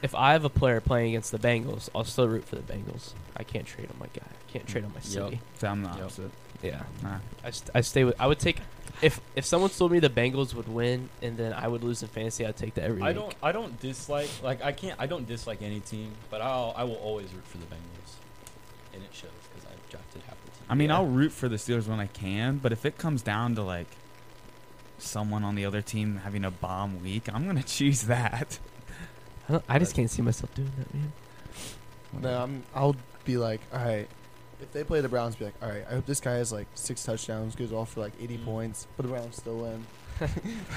S2: If I have a player playing against the Bengals, I'll still root for the Bengals. I can't trade on my guy. I can't trade on my
S4: Yep.
S2: city.
S1: So I'm the
S4: Yep.
S1: opposite.
S2: Yeah.
S1: Nah.
S2: I, st- I stay with. I would take if if someone told me the Bengals would win and then I would lose in fantasy. I'd take that every
S4: I
S2: week.
S4: don't. I don't dislike. Like I can't. I don't dislike any team, but I'll. I will always root for the Bengals, and it shows because I've drafted half the team.
S1: I mean, I'll root for the Steelers when I can, but if it comes down to like someone on the other team having a bomb week, I'm gonna choose that.
S2: I, don't, I just can't see myself doing that, man.
S3: No, I'm. I'll be like, all right. If they play the Browns, be like, all right. I hope this guy has like six touchdowns, goes off for like 80
S4: Mm.
S3: points, but the Browns still win.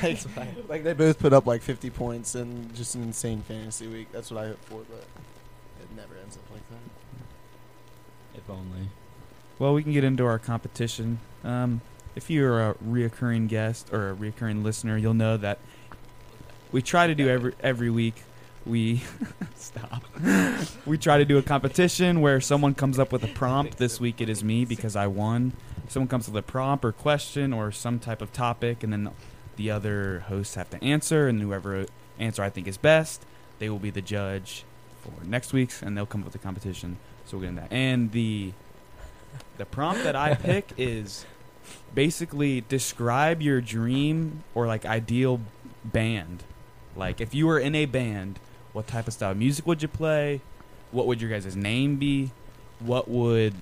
S3: like, like they both put up like 50 points and just an insane fantasy week. That's what I hope for, but it never ends up like that.
S4: If only.
S1: Well, we can get into our competition. Um, if you're a reoccurring guest or a reoccurring listener, you'll know that we try to do every every week. We stop. we try to do a competition where someone comes up with a prompt. This week it is me because I won. Someone comes up with a prompt or question or some type of topic, and then the other hosts have to answer. And whoever answer I think is best, they will be the judge for next week's, and they'll come up with a competition. So we're getting that. And the the prompt that I pick is basically describe your dream or like ideal band. Like if you were in a band, what type of style of music would you play? What would your guys' name be? What would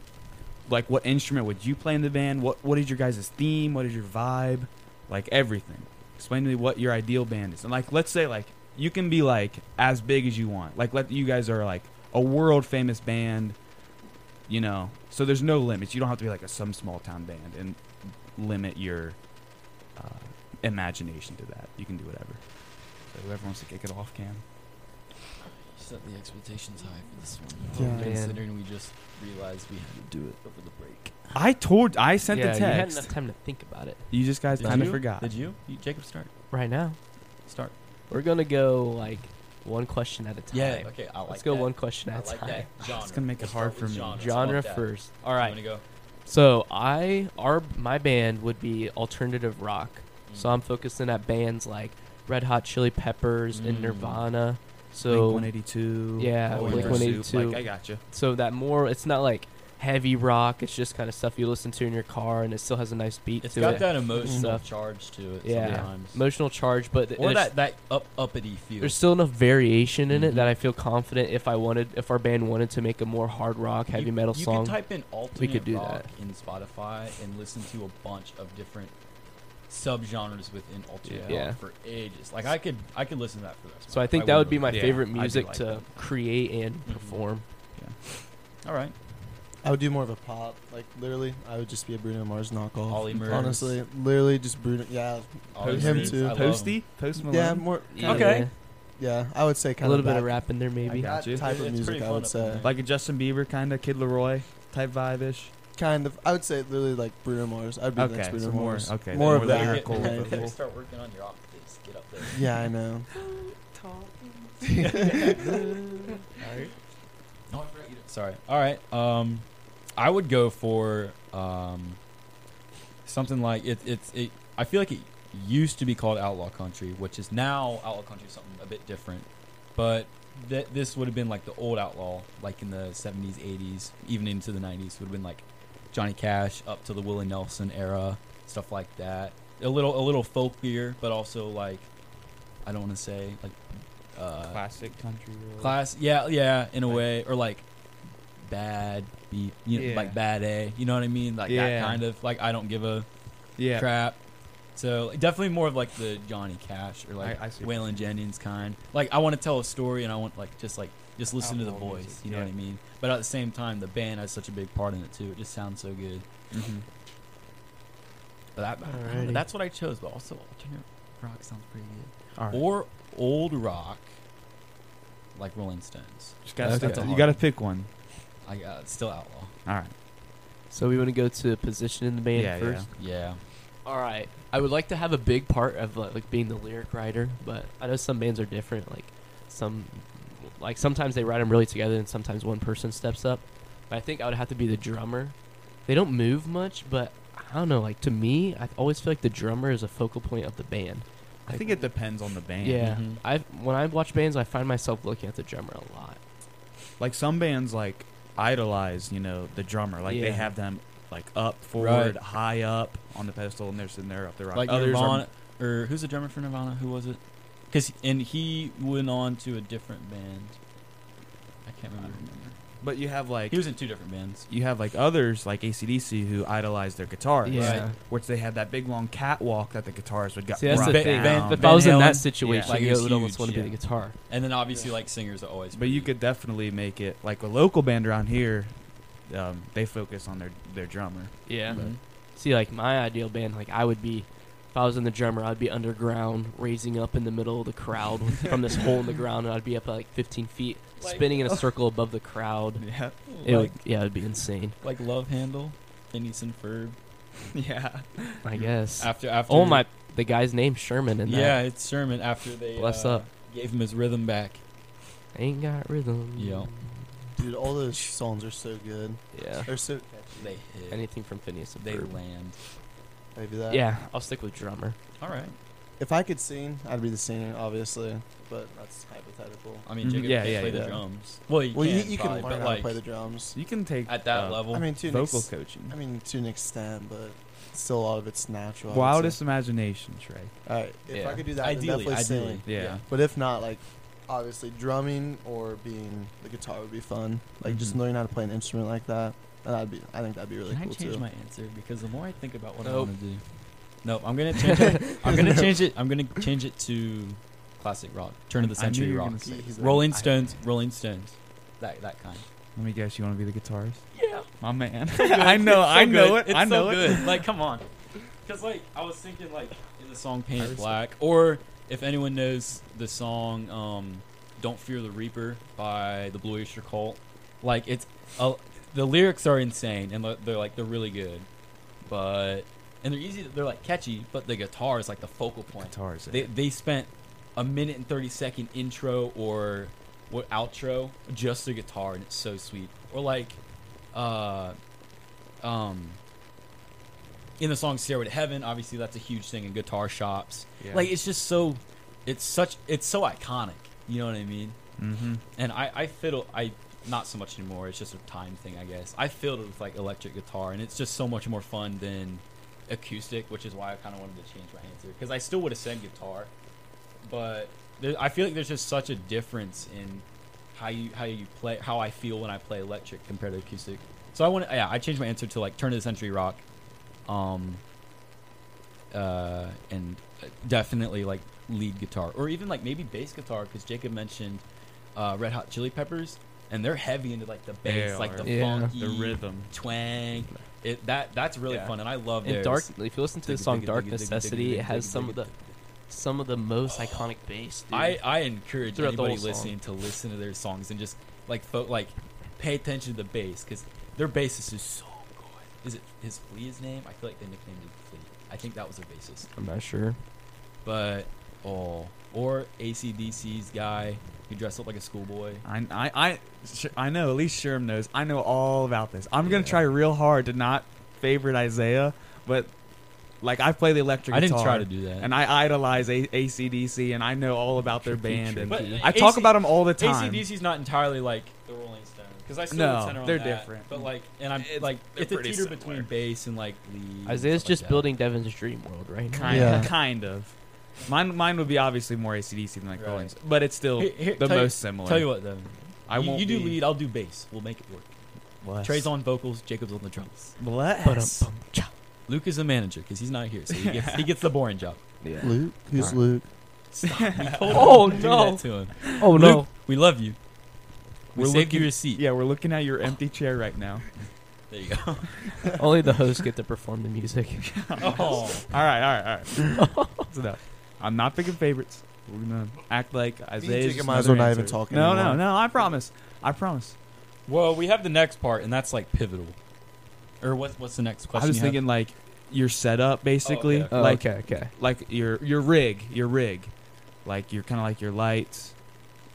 S1: like what instrument would you play in the band? What what is your guys' theme? What is your vibe? Like everything. Explain to me what your ideal band is. And like let's say like you can be like as big as you want. Like let you guys are like a world famous band, you know. So there's no limits. You don't have to be like a some small town band and limit your uh, imagination to that. You can do whatever. So whoever wants to kick it off can.
S4: Set the expectations high for this
S2: Yeah.
S4: one.
S2: Oh, man.
S4: Considering we just realized we had to do it over the break.
S1: I told I sent
S2: yeah,
S1: the
S2: You had
S1: text.
S2: enough time to think about it.
S1: You, just guys
S4: Did
S1: kind of
S4: you?
S1: forgot.
S4: Did you? you? Jacob, start.
S2: Right now,
S4: Start.
S2: we're gonna go like one question at a time.
S4: Okay. I like
S2: Let's go
S4: that.
S2: one question
S4: I
S2: at a
S4: like
S2: time.
S4: that. Genre.
S1: It's gonna make it
S4: Let's
S1: hard
S4: start
S1: for
S4: with
S1: me.
S4: genres. I love
S2: Genre
S4: that.
S2: first. All right.
S4: You wanna go?
S2: So I our my band would be alternative rock. So
S4: Mm.
S2: I'm focusing at bands like Red Hot Chili Peppers and
S4: Mm.
S2: Nirvana.
S1: Blink
S2: So
S1: 182.
S2: Yeah,
S1: Blink
S4: Blink
S2: 182.
S1: Like I got you.
S2: so that more it's not like heavy rock. It's just kind of stuff you listen to in your car, and it still has a nice beat
S4: It's
S2: to
S4: got
S2: it.
S4: that emotional
S2: Stuff.
S4: charge to it
S2: Yeah.
S4: sometimes.
S2: Emotional charge, but th-
S4: or
S2: there's,
S4: that, that up uppity feel.
S2: there's still enough variation in
S1: Mm-hmm.
S4: Mhm.
S2: it that I feel confident if I wanted, if our band wanted to make a more hard rock, heavy
S4: you,
S2: metal
S4: you
S2: song.
S4: can type in alternate
S2: do
S4: rock in Spotify and listen to a bunch of different subgenres within alternate
S2: Yeah.
S4: rock for ages. Like I could I could listen to that for the rest. of
S2: so
S4: my
S2: I
S4: life.
S2: think that would be my
S1: Yeah,
S2: favorite
S1: I do
S2: music
S1: like
S2: to
S1: that. Mm-hmm.
S2: create and
S4: Mhm.
S2: perform.
S4: All right.
S3: I would do more of a pop. Like literally, I would just be a Bruno Mars knockoff.
S4: Ollie Murs.
S3: Honestly, literally just Bruno. Yeah,
S4: Ollie
S3: Him
S4: Murs,
S3: too.
S4: I love him.
S1: Posty, Post Malone.
S3: yeah, more.
S2: E.
S4: Okay.
S3: Yeah, I would say
S2: Yeah. a
S3: kind
S2: little
S3: of
S2: bit of rap in there maybe.
S1: got-
S3: that
S1: you.
S3: type of
S4: It's
S3: music.
S4: pretty
S3: I
S4: fun
S3: would
S4: up
S3: say
S4: in
S1: like a Justin Bieber kind of Kid Leroy type vibe ish.
S3: kind of. I would say literally like Bruno Mars. I'd be the next
S1: Okay,
S3: Bruno
S1: so more
S3: Mars.
S1: okay,
S3: More
S1: then
S3: of
S1: we're
S3: that.
S1: lyrical
S3: Yeah.
S1: with the whole-
S4: Start working on your octaves. Get up there.
S3: Yeah, I know.
S4: No, I forgot you did- Sorry. All right. Um, I would go for um, something like it. It's it. I feel like it used to be called Outlaw Country, which is now Outlaw Country, is something a bit different. But th- this would have been like the old Outlaw, like in the '70s, '80s, even into the '90s. Would have been like Johnny Cash up to the Willie Nelson era, stuff like that. A little, a little folkier, but also like I don't want to say like uh,
S1: classic country. road.
S4: Class, yeah, yeah, in a
S1: Like-
S4: way, or like bad B, you know,
S1: Yeah.
S4: like bad A. You know what I mean? Like
S1: Yeah.
S4: that kind of like I don't give a
S1: Yeah.
S4: crap. So definitely more of like the Johnny Cash or like
S1: I- I see.
S4: Waylon Jennings kind. Like I want to tell a story and I want like just like just listen to the
S1: Outlaw
S4: voice.
S1: music,
S4: You know
S1: yeah.
S4: what I mean? But at the same time, the band has such a big part in it too. It just sounds so good.
S1: Mhm.
S4: But that, I don't know,
S2: Alrighty.
S4: that's what I chose. But also alternate rock sounds pretty good.
S1: All right.
S4: Or old rock, like Rolling Stones.
S1: Just gotta
S2: Okay.
S1: stick
S2: That's a
S1: to- you
S4: hard
S1: got to
S4: one.
S1: pick one.
S4: I got it's still outlaw.
S1: All right.
S2: So we want to go to position in the band
S1: Yeah, yeah.
S2: first.
S4: Yeah.
S2: All right. I would like to have a big part of like, like being the lyric writer, but I know some bands are different. Like some, like sometimes they write them really together, and sometimes one person steps up. But I think I would have to be the drummer. They don't move much, but I don't know. Like to me, I always feel like the drummer is a focal point of the band.
S1: I think it depends on the band.
S2: Yeah,
S4: Mhm.
S2: I when I watch bands, I find myself looking at the drummer a lot.
S1: Like some bands like idolize, you know, the drummer. Like
S2: Yeah.
S1: they have them like up
S4: Right.
S1: forward, high up on the pedestal and they're sitting there up the rock.
S4: like
S1: Others are-
S4: Nirvana, or who's the drummer for Nirvana? Who was it? Because and he went on to a different band. I can't
S1: I don't
S4: remember.
S1: remember. But you have like
S4: He was in two different bands.
S1: you have like others like ACDC who idolize their guitarists,
S2: Yeah.
S1: which they had that big long catwalk that the guitarists would go.
S2: See, that's
S1: run
S2: the thing.
S1: down.
S2: If
S4: Um, Van
S2: I was in
S4: Halen,
S2: that situation,
S4: like, it
S2: I
S4: was
S2: would almost
S4: huge,
S2: want to
S4: yeah.
S2: be the guitar.
S4: And then obviously,
S3: Yeah.
S4: like singers are always.
S1: But you
S4: pretty-
S1: could definitely make it like a local band around here. Um, they focus on their their drummer.
S2: Yeah.
S4: Mhm.
S2: See, like my ideal band, like I would be, if I was in the drummer, I'd be underground, raising up in the middle of the crowd from this hole in the ground, and I'd be up at like 15 feet,
S4: Like- oh.
S2: spinning in a circle above the crowd.
S1: Yeah,
S2: It would,
S4: like,
S2: yeah, it'd be insane.
S4: like Love Handle, Phineas and Ferb.
S1: yeah.
S2: I guess.
S4: After after.
S2: Oh my, the guy's name Sherman, and
S4: Yeah,
S2: that
S4: it's Sherman. After they
S2: Bless
S4: uh,
S2: up.
S4: gave him his rhythm back.
S2: ain't got rhythm.
S4: Yeah.
S3: Dude, all those songs are so good.
S2: Yeah.
S3: They're so
S4: They hit.
S2: Anything from Phineas and
S4: they
S2: Ferb.
S4: land.
S3: maybe that.
S2: Yeah, I'll stick with drummer.
S4: All right.
S3: If I could sing, I'd be the singer, obviously. But that's hypothetical.
S4: I mean,
S1: Mhm.
S4: Jacob
S1: Yeah,
S4: can
S1: yeah,
S4: play the
S3: yeah.
S4: drums. Well, you
S3: Well, you,
S4: can,
S3: you
S4: probably,
S3: can learn
S4: but,
S3: how
S4: like
S3: to play the drums.
S1: You can take
S4: at that
S1: uh,
S4: level.
S3: I mean, to an
S1: vocal
S3: ex-
S1: coaching.
S3: I mean, to an extent, but still a lot of it's natural. I would say.
S1: Wildest imagination, Trey.
S3: All right, if
S2: Yeah.
S3: I could do that,
S4: ideally,
S3: ideally, then definitely
S4: ideally,
S3: singing.
S1: Yeah.
S3: But if not, like obviously drumming or being the guitar would be fun. Like just
S1: Mhm.
S3: learning how to play an instrument like that. That'd be. I think that'd be really
S4: Mm-hmm. Can
S3: cool
S4: I change
S3: too.
S4: my answer? Because the more I think about what I
S2: Nope.
S4: want to do, no, I'm gonna change it. I'm gonna change it. I'm gonna change it to classic rock, turn of the
S1: I knew
S4: century
S1: you were
S4: rock,
S1: gonna say
S3: He's
S1: that.
S3: like,
S4: Rolling Stones, Rolling Stones, that that kind.
S1: Let me guess, you want to be the guitarist?
S4: Yeah,
S1: My man. I know. I know it.
S4: It's
S1: I know
S4: so
S1: it.
S4: good. Like, come on. Because like I was thinking like in the song Painted Black, or if anyone knows the song um, "Don't Fear the Reaper" by the Blue Oyster Cult, like it's uh, the lyrics are insane and li- they're like they're really good, but and they're easy. They're like catchy, but the guitar is like the focal point.
S1: Guitars. eh?
S4: They they spent a minute and thirty second intro or what outro just the guitar and it's so sweet. Or like, uh, um, in the song "Stairway to Heaven," obviously that's a huge thing in guitar shops. Like it's just so, it's such it's so iconic. You know what I mean?
S1: mm-hmm.
S4: And I I fiddle I not so much anymore. It's just a time thing, I guess. I fiddled with like electric guitar, and it's just so much more fun than acoustic, which is why I kind of wanted to change my answer because I still would have said guitar, but there, I feel like there's just such a difference in how you how you play how I feel when I play electric compared to acoustic. So I want yeah I changed my answer to like turn of the century rock, um, uh, and definitely like lead guitar or even like maybe bass guitar because Jacob mentioned uh, Red Hot Chili Peppers and they're heavy into like the bass
S1: They
S4: like
S1: are.
S4: the
S2: Yeah.
S4: funky
S1: The rhythm.
S4: twang. It that that's really
S1: Yeah.
S4: fun, and I love
S2: In
S4: theirs.
S2: dark, if you listen to the
S4: Digga,
S2: song
S4: digga,
S2: "Dark
S4: digga, digga,
S2: Necessity,"
S4: digga,
S2: it has
S4: digga,
S2: some of
S4: digga,
S2: the some of the most iconic bass. Dude.
S4: I I encourage
S2: Throughout the whole
S4: anybody
S2: song.
S4: listening to listen to their songs and just like fo- like pay attention to the bass because their bassist is so good. Is it his Flea's name? I feel like they nicknamed him Flea. I think that was their bassist.
S2: I'm not sure.
S4: But oh, or ACDC's guy who dressed up like a schoolboy.
S1: I, I, I, sh- I know. At least Sherm knows. I know all about this. I'm gonna
S4: Yeah.
S1: try real hard to not favorite Isaiah, but like I play the electric.
S4: I didn't
S1: guitar,
S4: try to do that.
S1: And I idolize a- ACDC, and I know all about their
S2: Tricky,
S1: band, and
S2: tricky.
S1: I talk about them all the time.
S4: ACDC's not entirely like the Rolling Stones because I still
S1: No,
S4: would center on
S1: they're
S4: that,
S1: different.
S4: But like, and I'm
S1: It's-
S4: like,
S1: they're
S4: it's a
S1: pretty
S4: teeter
S1: similar.
S4: between bass and like lead. and
S2: Isaiah's
S4: stuff like
S2: just
S4: that.
S2: building Devin's dream world right now.
S1: Kind,
S3: Yeah.
S1: of, kind of. Mine, mine would be obviously more ACDC than like
S4: Right.
S1: Rolling, Stones, but it's still
S4: Here- here,
S1: the
S4: tell you-
S1: most similar.
S4: Tell you what, though,
S1: I
S4: you,
S1: won't.
S4: you do
S1: be
S4: lead, I'll do bass. We'll make it work.
S1: less.
S4: Trey's on vocals, Jacob's on the drums.
S1: Bless.
S4: Luke is the manager because he's not here, so he gets, he gets the boring job.
S3: Luke, who's
S2: Alright.
S3: Luke?
S4: Stop. We told him
S2: Oh,
S4: not to do
S2: no.
S4: that to him.
S2: Oh
S4: Luke, we love you. We
S1: We're
S4: saved you
S1: looking-
S4: your seat.
S1: Yeah, we're looking at your empty chair right now.
S4: There you go.
S2: Only the hosts get to perform the music.
S4: oh,
S1: All right, all right, all right. That's enough. I'm not picking favorites. We're gonna act like Isaiah's.
S3: Jacob
S1: just
S3: might as well
S1: another
S3: not even
S1: answer.
S3: talk
S1: No,
S3: anymore.
S1: no, no. I promise. I promise.
S4: well, we have the next part, and that's like pivotal. Or what, what's the next
S1: I
S4: question?
S1: was
S4: you have?
S1: thinking like your setup, basically,
S4: okay.
S2: Oh,
S1: like
S2: okay, okay.
S1: like your your rig, your rig, like your kind of like your lights.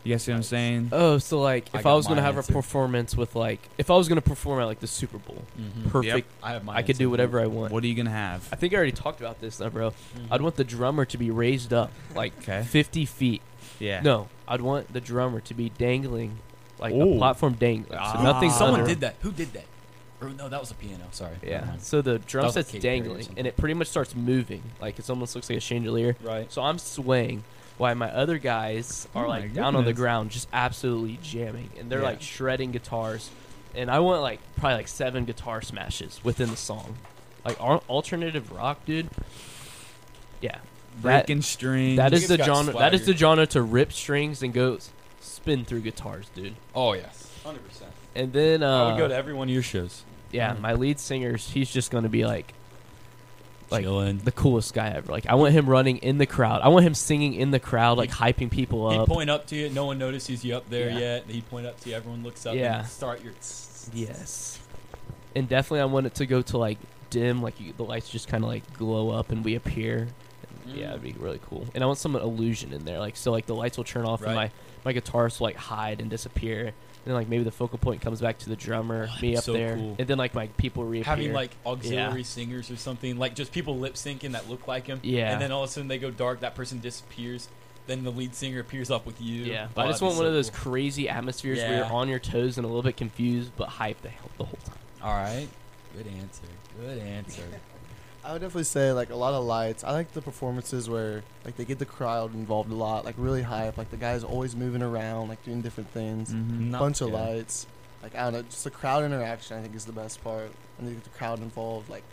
S1: You guys see what I'm
S4: Lights.
S1: saying?
S2: Oh, so like
S4: I
S2: if I,
S4: got
S2: was gonna
S4: my
S2: have
S4: answer.
S2: a performance with like if I was gonna perform at like the Super Bowl,
S4: Mhm.
S2: perfect.
S1: Yep.
S4: I have mine.
S2: I could do whatever I
S3: Uh,
S2: want.
S1: What are you gonna have?
S2: I think I already talked about this, though, bro.
S4: Mm-hmm. Ah,
S2: I'd want the drummer to be raised up like
S1: Okay.
S2: 50 feet.
S1: Yeah.
S2: No, I'd want the drummer to be dangling, like
S1: Ooh.
S2: a platform dangling. So
S1: Ah.
S2: nothing.
S4: Someone
S2: other-
S4: did that. Who did that? Or no, that was a piano. Sorry.
S2: Yeah. So the drum
S4: That was a
S2: set's
S4: Katy Perry or
S2: dangling,
S4: something.
S2: and it pretty much starts moving. Like it almost looks like a chandelier.
S4: Right.
S2: So I'm swaying, while my other guys
S1: Oh my
S2: are like down on the
S1: goodness.
S2: ground, just absolutely jamming, and they're
S1: Yeah.
S2: like shredding guitars. And I want like probably like seven guitar smashes within the song, like al- alternative rock, dude. Yeah, that-
S1: Breaking strings.
S2: that is
S4: Jacob's
S2: the
S4: Mm. got
S2: genre. That is the
S4: swagger.
S2: genre to rip strings and go s- spin through guitars, dude.
S4: Oh yes. Hundred percent.
S2: And then uh,
S4: I would go to Mm. every one of your shows.
S2: yeah, my lead singer's he's just gonna be like Like,
S4: Chilling.
S2: the coolest guy ever. Like I want him running in the crowd. I want him singing in the crowd, like hyping people
S4: He'd
S2: up.
S4: point up to you. No one notices you up there
S2: Yeah.
S4: yet. He'd point up to you. Everyone looks up.
S2: Yeah.
S4: And you start your.
S2: Yes. And definitely, I want it to go to like dim, like you, the lights just kind of like glow up and we appear.
S4: Mm.
S2: Yeah, it'd be really cool. And I want some illusion in there, like so, like the lights will turn off and my
S4: Right.
S2: my guitarist will like hide and disappear. And then like maybe the focal point comes back to the drummer,
S4: Oh,
S2: me up
S4: so
S2: there,
S4: cool.
S2: and then like my people reappear.
S4: Mm. Having like auxiliary
S2: Yeah.
S4: singers or something, like just people lip syncing that look like him.
S2: Yeah.
S4: And then all of a sudden they go dark. That person disappears. Then the lead singer appears up with you.
S2: yeah,
S4: Oh,
S2: I just want
S4: that'd be
S2: one
S4: so
S2: of those
S4: cool.
S2: crazy atmospheres where
S4: Yeah.
S2: you're on your toes and a little bit confused but hyped the hell the whole time.
S4: All right. Good answer. Good answer.
S3: I would definitely say like a lot of lights. I like the performances where like they get the crowd involved a lot, like really hype. Like the guy's always moving around, like doing different things.
S1: Mhm.
S4: Not-
S3: bunch of
S4: yeah.
S3: lights. Like I don't know, just the crowd interaction I think is the best part. And they get the crowd involved, like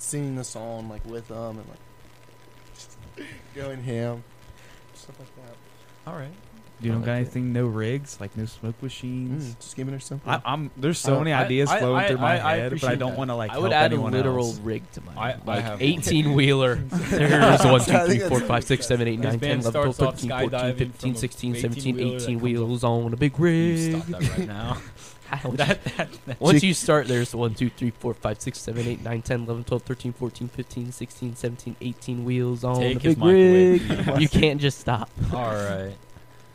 S3: singing the song like with them and like just going ham, stuff like that.
S4: All right.
S1: You
S3: I
S1: don't
S3: like
S1: got
S3: it.
S1: anything? No rigs, like no smoke machines.
S3: Mm, just giving her something.
S1: I, I'm there's
S3: I
S1: so
S3: don't-
S1: many
S4: I-
S1: ideas
S4: I-
S1: flowing
S4: I-
S1: through my
S4: I- I
S1: head, but I
S4: appreciate
S1: don't
S4: that.
S1: want to like.
S2: I would
S1: help
S2: add a
S1: anyone
S2: literal
S1: else.
S2: rig to mine.
S4: I- I
S2: like
S4: have one.
S2: 18 wheeler. There's 1, 2,
S3: I think
S2: 3,
S3: that's
S2: 4,
S3: what
S2: 5, 6,
S3: it
S2: 7, 8,
S4: says.
S2: 9, 10,
S4: This band
S2: 11, 12,
S4: starts
S2: 13,
S4: off
S2: 14,
S4: skydiving
S2: 15,
S4: from a
S2: 16,
S4: 18
S2: 17,
S4: wheeler that
S2: 18
S4: comes
S2: wheels on a big
S4: You stop
S2: rig.
S4: that right now. that, that, that-
S2: Once you start, there's 1, 2, 3, 4, 5, 6, 7, 8, 9, 10, 11, 12, 13, 14, 15, 16, 17, 18 wheels on
S4: Take
S2: a
S4: his
S2: big
S4: Mm-hmm. mic away,
S2: rig. you can't just stop.
S4: all right.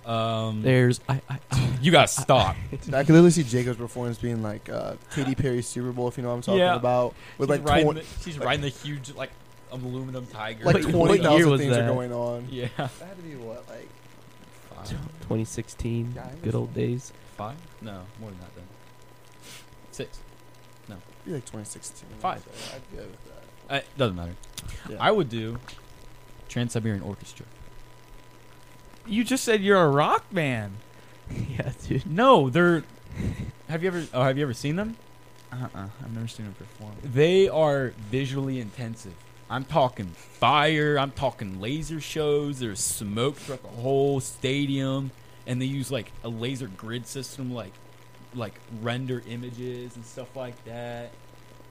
S4: Um,
S2: There's I, I, I
S4: You gotta stop.
S3: Dude, I could literally see Jacob's performance being like uh, Katy Perry's Super Bowl, if you know what I'm talking
S4: Yeah.
S3: about, with
S4: she's
S3: like
S4: riding,
S3: twen-
S4: the, she's riding the huge like aluminum tiger.
S3: like
S2: Wait, what
S3: twenty
S2: year
S3: thousand
S2: was
S3: things
S2: that?
S3: are going on.
S4: Yeah.
S3: That had to be what like
S2: 2016,
S3: Yeah, I
S2: good old days.
S4: Five? No, more than that then. Six.
S3: be like 2016.
S4: Five.
S3: So I'd go with that.
S4: Uh, doesn't matter.
S3: Yeah.
S4: I would do Trans Siberian Orchestra.
S1: You just said you're a rock man.
S2: yeah, dude.
S4: No, they're. have you ever? Oh, have you ever seen them?
S1: Uh uh-uh, uh. i have never seen him perform.
S4: They are visually intensive. I'm talking fire. I'm talking laser shows. There's smoke throughout the whole stadium, and they use like a laser grid system, like like render images and stuff like that.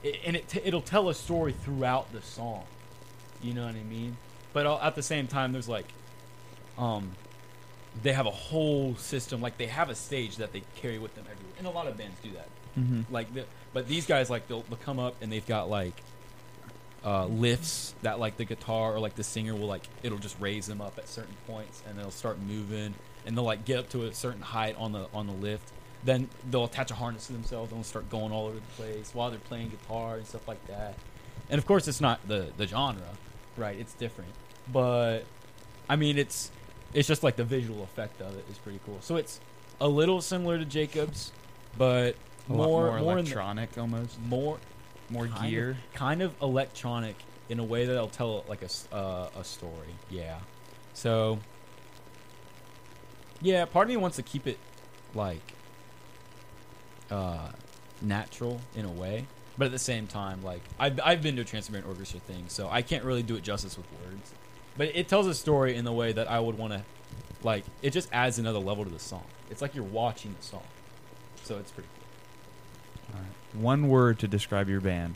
S4: It, and it t- it'll tell a story throughout the song. You know what I mean? But all, at the same time, there's like, um, they have a whole system. Like they have a stage that they carry with them everywhere, and a lot of bands do that
S1: Mm-hmm.
S4: like the, but these guys like they'll, they'll come up and they've got like uh, lifts that like the guitar or like the singer will like it'll just raise them up at certain points and they'll start moving and they'll like get up to a certain height on the on the lift then they'll attach a harness to themselves and they'll start going all over the place while they're playing guitar and stuff like that and of course it's not the the genre right it's different but i mean it's it's just like the visual effect of it is pretty cool so it's a little similar to jacobs but more
S1: more,
S4: more in the-
S1: electronic, almost
S4: more
S1: more
S4: Kind of.
S1: gear.
S4: kind of electronic in a way that'll tell like a s- uh, a story. Yeah. So yeah, part of me wants to keep it like uh natural in a way, but at the same time like I've I've been to a transparent orchestra thing, so I can't really do it justice with words. But it tells a story in the way that I would want to like it just adds another level to the song. It's like you're watching the song. So it's pretty cool.
S1: All right. One word to describe your band.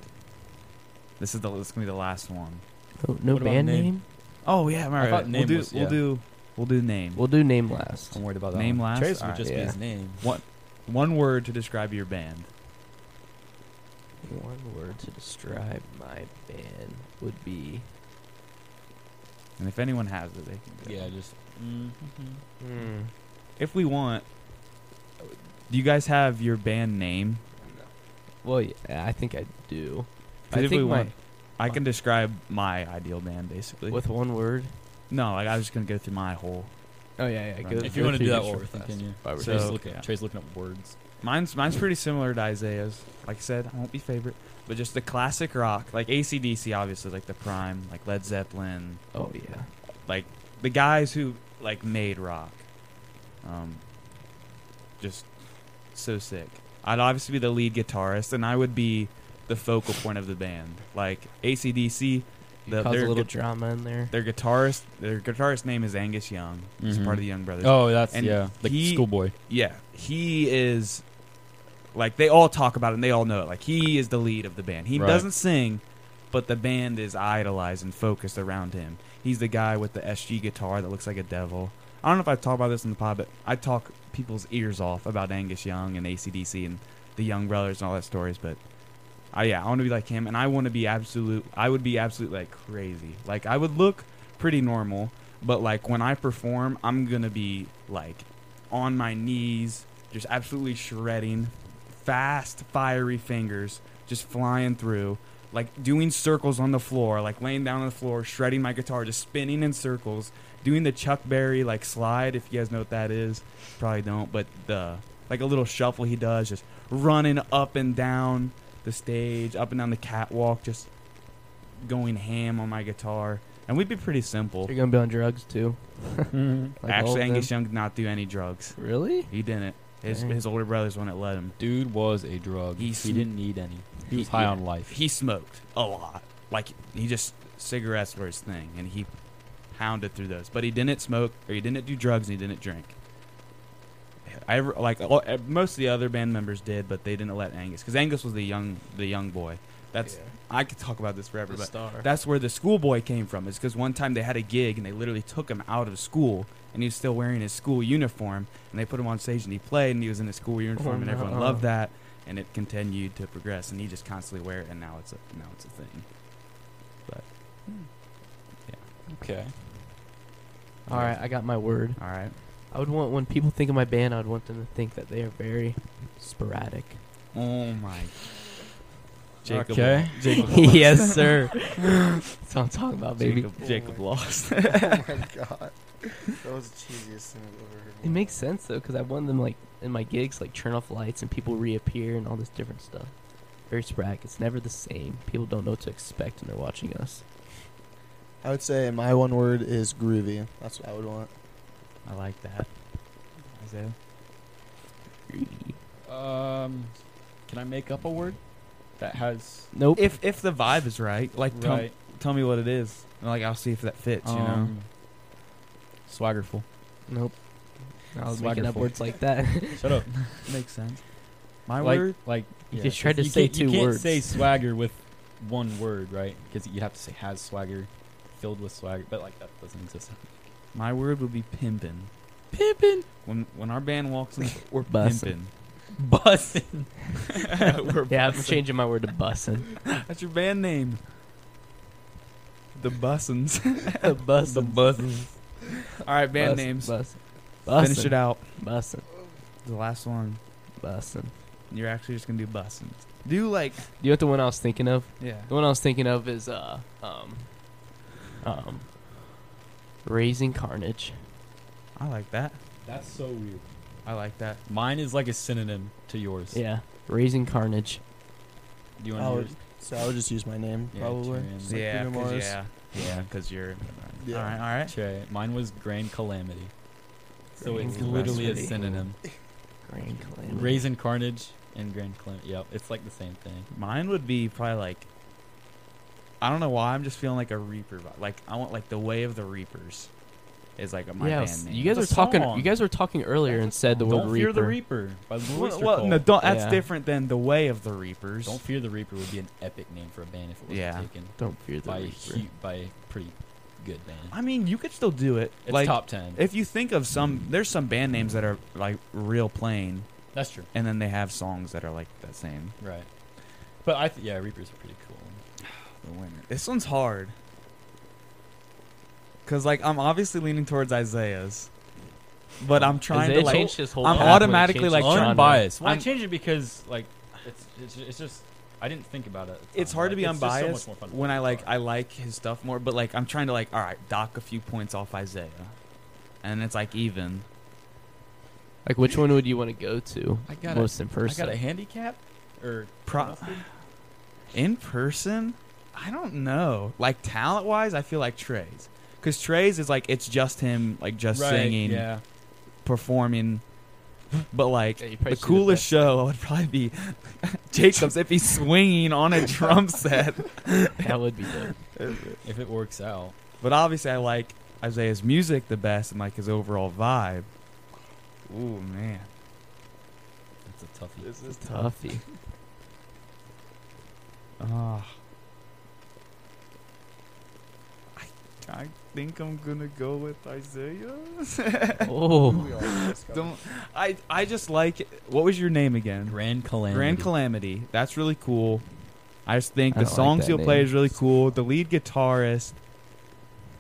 S1: This is the. This is gonna be the last one.
S2: No, no
S4: What about
S2: band
S4: name?
S2: name.
S1: Oh yeah, all
S4: I
S1: right.
S4: thought
S1: we'll
S4: name
S1: do.
S4: was-
S1: we'll
S4: yeah.
S1: do. We'll do name.
S2: We'll do name last.
S4: I'm worried about that.
S1: Name
S4: one.
S1: last?
S4: Trace would
S1: Alright,
S4: just be
S2: yeah.
S4: his name.
S1: One, one word to describe your band.
S2: One word to describe my band would be.
S1: And if anyone has it, they can. do it.
S4: Yeah, just. Mm-hmm.
S3: Hmm.
S1: If we want, do you guys have your band name?
S2: Well, yeah, I think I do.
S1: 'Cause
S2: I
S1: if
S2: think
S1: we
S2: my
S1: want, I can describe my ideal band basically.
S2: with one word.
S1: no, like I was just gonna go through my whole.
S2: Oh yeah, yeah.
S1: Right.
S2: go-
S4: If you
S2: go
S4: want to
S2: through
S4: do that
S2: yours
S4: while we're
S2: real fast.
S4: thinking, yeah.
S2: While we're
S1: So-
S4: Trey's,
S2: thinking.
S4: looking,
S1: yeah.
S4: Trey's looking up words.
S1: Mine's mine's pretty similar to Isaiah's. Like I said, I won't be favorite, but just the classic rock, like ACDC, obviously, like the prime, like Led Zeppelin,
S2: oh yeah.
S1: like the guys who like made rock. Um, just so sick. I'd obviously be the lead guitarist, and I would be the focal point of the band. Like ACDC,
S2: You
S1: The-
S2: cause a
S1: they're
S2: little
S1: good-
S2: drama in there.
S1: their guitarist, their guitarist name is Angus Young. He's
S4: Mhm.
S1: part of the Young Brothers.
S4: Oh, that's
S1: And
S4: yeah, the
S1: he-
S4: schoolboy.
S1: Yeah, he is like they all talk about it and they all know it. Like he is the lead of the band. He
S4: Right.
S1: doesn't sing, but the band is idolized and focused around him. He's the guy with the SG guitar that looks like a devil. I don't know if I talk about this in the pod, but I talk people's ears off about Angus Young and ACDC and the Young Brothers and all that stories. But I yeah, I want to be like him, and I want to be absolute. I would be absolute like crazy. Like I would look pretty normal, but like when I perform, I'm gonna be like on my knees, just absolutely shredding, fast, fiery fingers, just flying through, like doing circles on the floor, like laying down on the floor, shredding my guitar, just spinning in circles, doing the Chuck Berry like slide, if you guys know what that is. Probably don't, but the like a little shuffle he does, just running up and down the stage, up and down the catwalk, just going ham on my guitar, and we'd be pretty simple.
S2: You're gonna be on drugs too. Like all of
S1: Actually, Angus
S2: them.
S1: Young did not do any drugs.
S2: Really?
S1: He didn't. His
S2: Dang.
S1: his older brother's one that let him.
S4: Dude was a drug.
S1: He
S4: He,
S1: sm-
S4: didn't need any. He was
S1: He-
S4: high
S1: yeah.
S4: on life.
S1: He smoked a lot. Like he just cigarettes were his thing, and he hounded through those. But he didn't smoke, or he didn't do drugs, and he didn't drink. I re- like a lo- eh, most of the other band members did, but they didn't let Angus because Angus was the young the young boy. That's I could talk about this forever, but
S2: star.
S1: that's where the schoolboy came from. Is because one time they had a gig and they literally took him out of school, and he was still wearing his school uniform, and they put him on stage and he played, and he was in his school uniform, and everyone
S2: no.
S1: loved that, and it continued to progress, and he just constantly wear it, and now it's a now it's a thing.
S4: Okay.
S2: all right, I got my word.
S1: All right.
S2: I would want when people think of my band, I'd want them to think that they are very sporadic.
S1: Oh my. Jacob.
S4: Okay.
S1: Jacob.
S2: yes, sir. That's what I'm talking about, baby.
S1: Jacob, Jacob lost.
S3: oh my god, that was the cheesiest thing I've ever heard.
S2: It makes sense though, because I won them like in my gigs, like turn off lights and people reappear and all this different stuff. Very sporadic. It's never the same. People don't know what to expect when they're watching us.
S3: I would say my one word is groovy. That's what I would want.
S1: I like that. Isaiah?
S4: Um, can I make up a word that has
S2: Nope.
S1: If if the vibe is right, like tell, tell me what it is, and like I'll see if that fits. You know.
S4: um, swaggerful?
S2: nope. I was making up
S4: Swaggerful.
S2: words like that.
S4: Shut up.
S1: Makes sense. My
S4: like,
S1: word.
S4: like
S2: You just tried to
S4: you
S2: say
S4: can't-
S2: two
S4: you can't
S2: words.
S4: say swagger with one word, right? Because you have to say has swagger, filled with swagger, but like that doesn't exist.
S1: My word would be pimpin.
S4: Pimpin,
S1: When when our band walks in, we're
S2: Bussin'.
S1: pimpin.
S4: bussin.
S1: we're
S2: yeah, I'm
S1: bussin'.
S2: changing my word to bussin.
S1: That's your band name. The Bussins.
S2: the bussin.
S4: bussin.
S1: All right, band
S2: Bussin',
S1: names.
S2: Bussin.
S1: Finish it out.
S2: Bussin.
S1: The last one.
S2: Bussin.
S1: You're actually just gonna do Bussins. Do like
S2: You know what the one I was thinking of?
S1: yeah.
S2: The one I was thinking of is uh um um raising carnage.
S1: I like that.
S4: That's so weird.
S1: I like that.
S4: Mine is like a synonym to yours.
S2: Yeah, raising carnage.
S4: Do you
S3: I
S4: want
S3: would-
S4: to?
S3: So I would just use my name
S4: Yeah,
S3: probably.
S4: Tyrion.
S3: Just like
S1: Yeah,
S3: Bruno
S1: 'cause
S3: Mars.
S1: yeah, yeah, because you're.
S3: Yeah.
S1: All right, all right.
S4: Okay, mine was grain calamity. So
S2: Grain
S4: it's literally a
S2: calamity.
S4: synonym.
S2: Grand calamity.
S4: Raisin carnage and grain calamity. Yep, it's like the same thing.
S1: Mine would be probably like. I don't know why I'm just feeling like a Reaper. vibe. Like I want like the way of the Reapers, is like my
S2: yeah,
S1: band name.
S2: you guys
S4: It's
S2: were
S4: a
S2: talking.
S4: song.
S2: You guys were talking earlier and said the word
S4: Don't fear
S2: reaper.
S4: the reaper by Louis
S1: Well,
S4: Richter
S1: well,
S4: Cole.
S1: no, don't, that's
S2: Yeah.
S1: different than the way of the Reapers.
S4: Don't fear the reaper would be an epic name for a band if it wasn't
S1: Yeah.
S4: taken
S2: Don't fear the
S4: by a,
S2: reaper.
S4: hu- by a pretty good band.
S1: I mean, you could still do it.
S4: It's
S1: like
S4: top ten.
S1: if you think of some, there's some band names that are like real plain,
S4: That's true.
S1: and then they have songs that are like that same.
S4: Right. But I th- yeah, reapers are pretty cool.
S1: The winner. This one's hard. Cause like I'm obviously leaning towards Isaiah's, but I'm trying
S2: Isaiah
S1: to like.
S2: changed his whole
S1: I'm
S2: path when he
S1: automatically,
S2: changed
S1: like,
S2: his genre.
S4: unbiased.
S1: Well, I
S4: I change it because like it's, it's it's just I didn't think about it.
S1: It's hard to be unbiased when I like I like his stuff more, but like I'm trying to like all right dock a few points off Isaiah, and it's like even.
S2: Like, which one would you want to go to
S4: I got
S2: most in
S4: I got
S2: person?
S4: a handicap or
S1: Pro- in person, I don't know. Like talent wise, I feel like Trey's, cause Trey's is like it's just him like just uh, singing,
S4: Yeah.
S1: performing, but like
S2: Yeah, you probably
S1: the
S2: see the
S1: coolest
S2: best.
S1: show would probably be Jacobs if he's swinging on a drum set.
S2: that would be dope.
S4: If it works out.
S1: But obviously, I like Isaiah's music the best and like his overall vibe. Ooh man,
S4: That's a toughie.
S1: this is
S2: Tuffy.
S1: Ah. I, I think I'm gonna go with Isaiah.
S2: Oh,
S1: Don't I? I just like. What was your name again?
S4: Grand Calamity.
S1: Grand Calamity. That's really cool. I just think
S2: I
S1: the
S2: don't like
S1: songs
S2: that
S1: you'll play
S2: name.
S1: is really cool. The lead guitarist.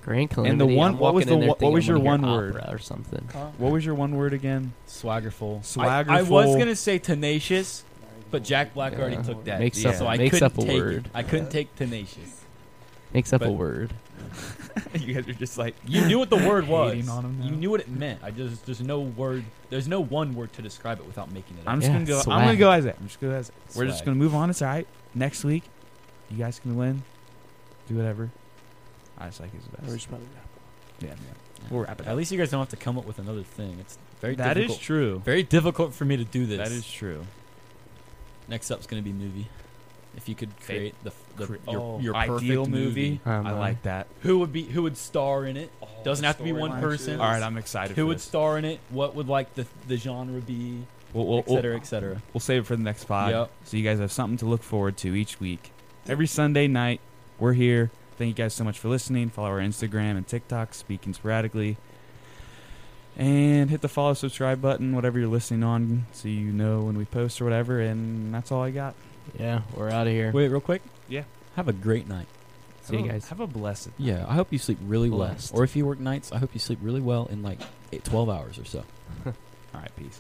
S2: Grand calamity. I'm
S1: one- what was
S2: walking
S1: the
S2: in there
S1: one- what
S2: thinking
S1: was
S2: I'm
S1: your
S2: gonna
S1: one
S2: hear
S1: word?
S2: opera or something?
S1: What was your one word again?
S4: Swaggerful.
S1: Swaggerful.
S4: I, I was gonna say tenacious, but Jack Black
S2: Yeah.
S4: already took that.
S2: Makes
S1: yeah.
S2: up.
S4: so I
S2: makes
S4: couldn't
S2: up a
S4: take
S2: word.
S4: It. I couldn't take tenacious.
S2: Makes up a
S4: But-
S2: word.
S1: you guys are just like
S4: You knew what the word was.
S1: Hating on him now.
S4: You knew what it meant. I just there's no word. There's no one word to describe it without making it.
S1: I'm
S4: up.
S1: just
S2: Yeah,
S1: gonna go. I'm gonna
S2: swag.
S1: go Isaiah. I'm just gonna go Isaiah. We're just
S4: Swag.
S1: gonna move on. It's all right. Next week, you guys can win. do whatever. I just like he's the
S3: We
S1: best.
S3: should probably
S1: Yeah, man. We'll wrap it
S4: At
S1: up.
S4: least you guys don't have to come up with another thing. It's very
S1: That is
S4: difficult.
S1: true.
S4: Very difficult for me to do this.
S1: That is true.
S4: Next up's gonna be movie. If you could create the, f- the
S1: Cre-
S4: your,
S1: oh,
S4: your perfect
S1: ideal movie.
S2: Oh,
S1: I
S2: my.
S1: like that.
S4: who would be who would star in it? Doesn't have to be one
S3: storylines,
S4: person.
S3: yeah.
S1: All right, I'm excited.
S4: Who
S1: for
S4: would
S1: this.
S4: star in it? What would like the the genre be?
S1: We'll, we'll,
S4: Et cetera,
S1: we'll,
S4: et cetera.
S1: we'll save it for the next pod.
S4: Yep.
S1: So you guys have something to look forward to each week. Every Sunday night, we're here. Thank you guys so much for listening. Follow our Instagram and TikTok, Speaking Sporadically. And hit the follow, subscribe button, whatever you're listening on, so you know when we post or whatever. And that's all I got.
S2: Yeah, we're out of here.
S4: Wait, real quick.
S1: Yeah.
S4: Have a great night.
S2: See you
S1: Have a-
S2: guys.
S1: Oh, Have a blessed
S4: Yeah, I hope you sleep really
S2: Blessed.
S4: well. Or if you work nights, I hope you sleep really well in like eight, 12 hours or so.
S1: All right, peace.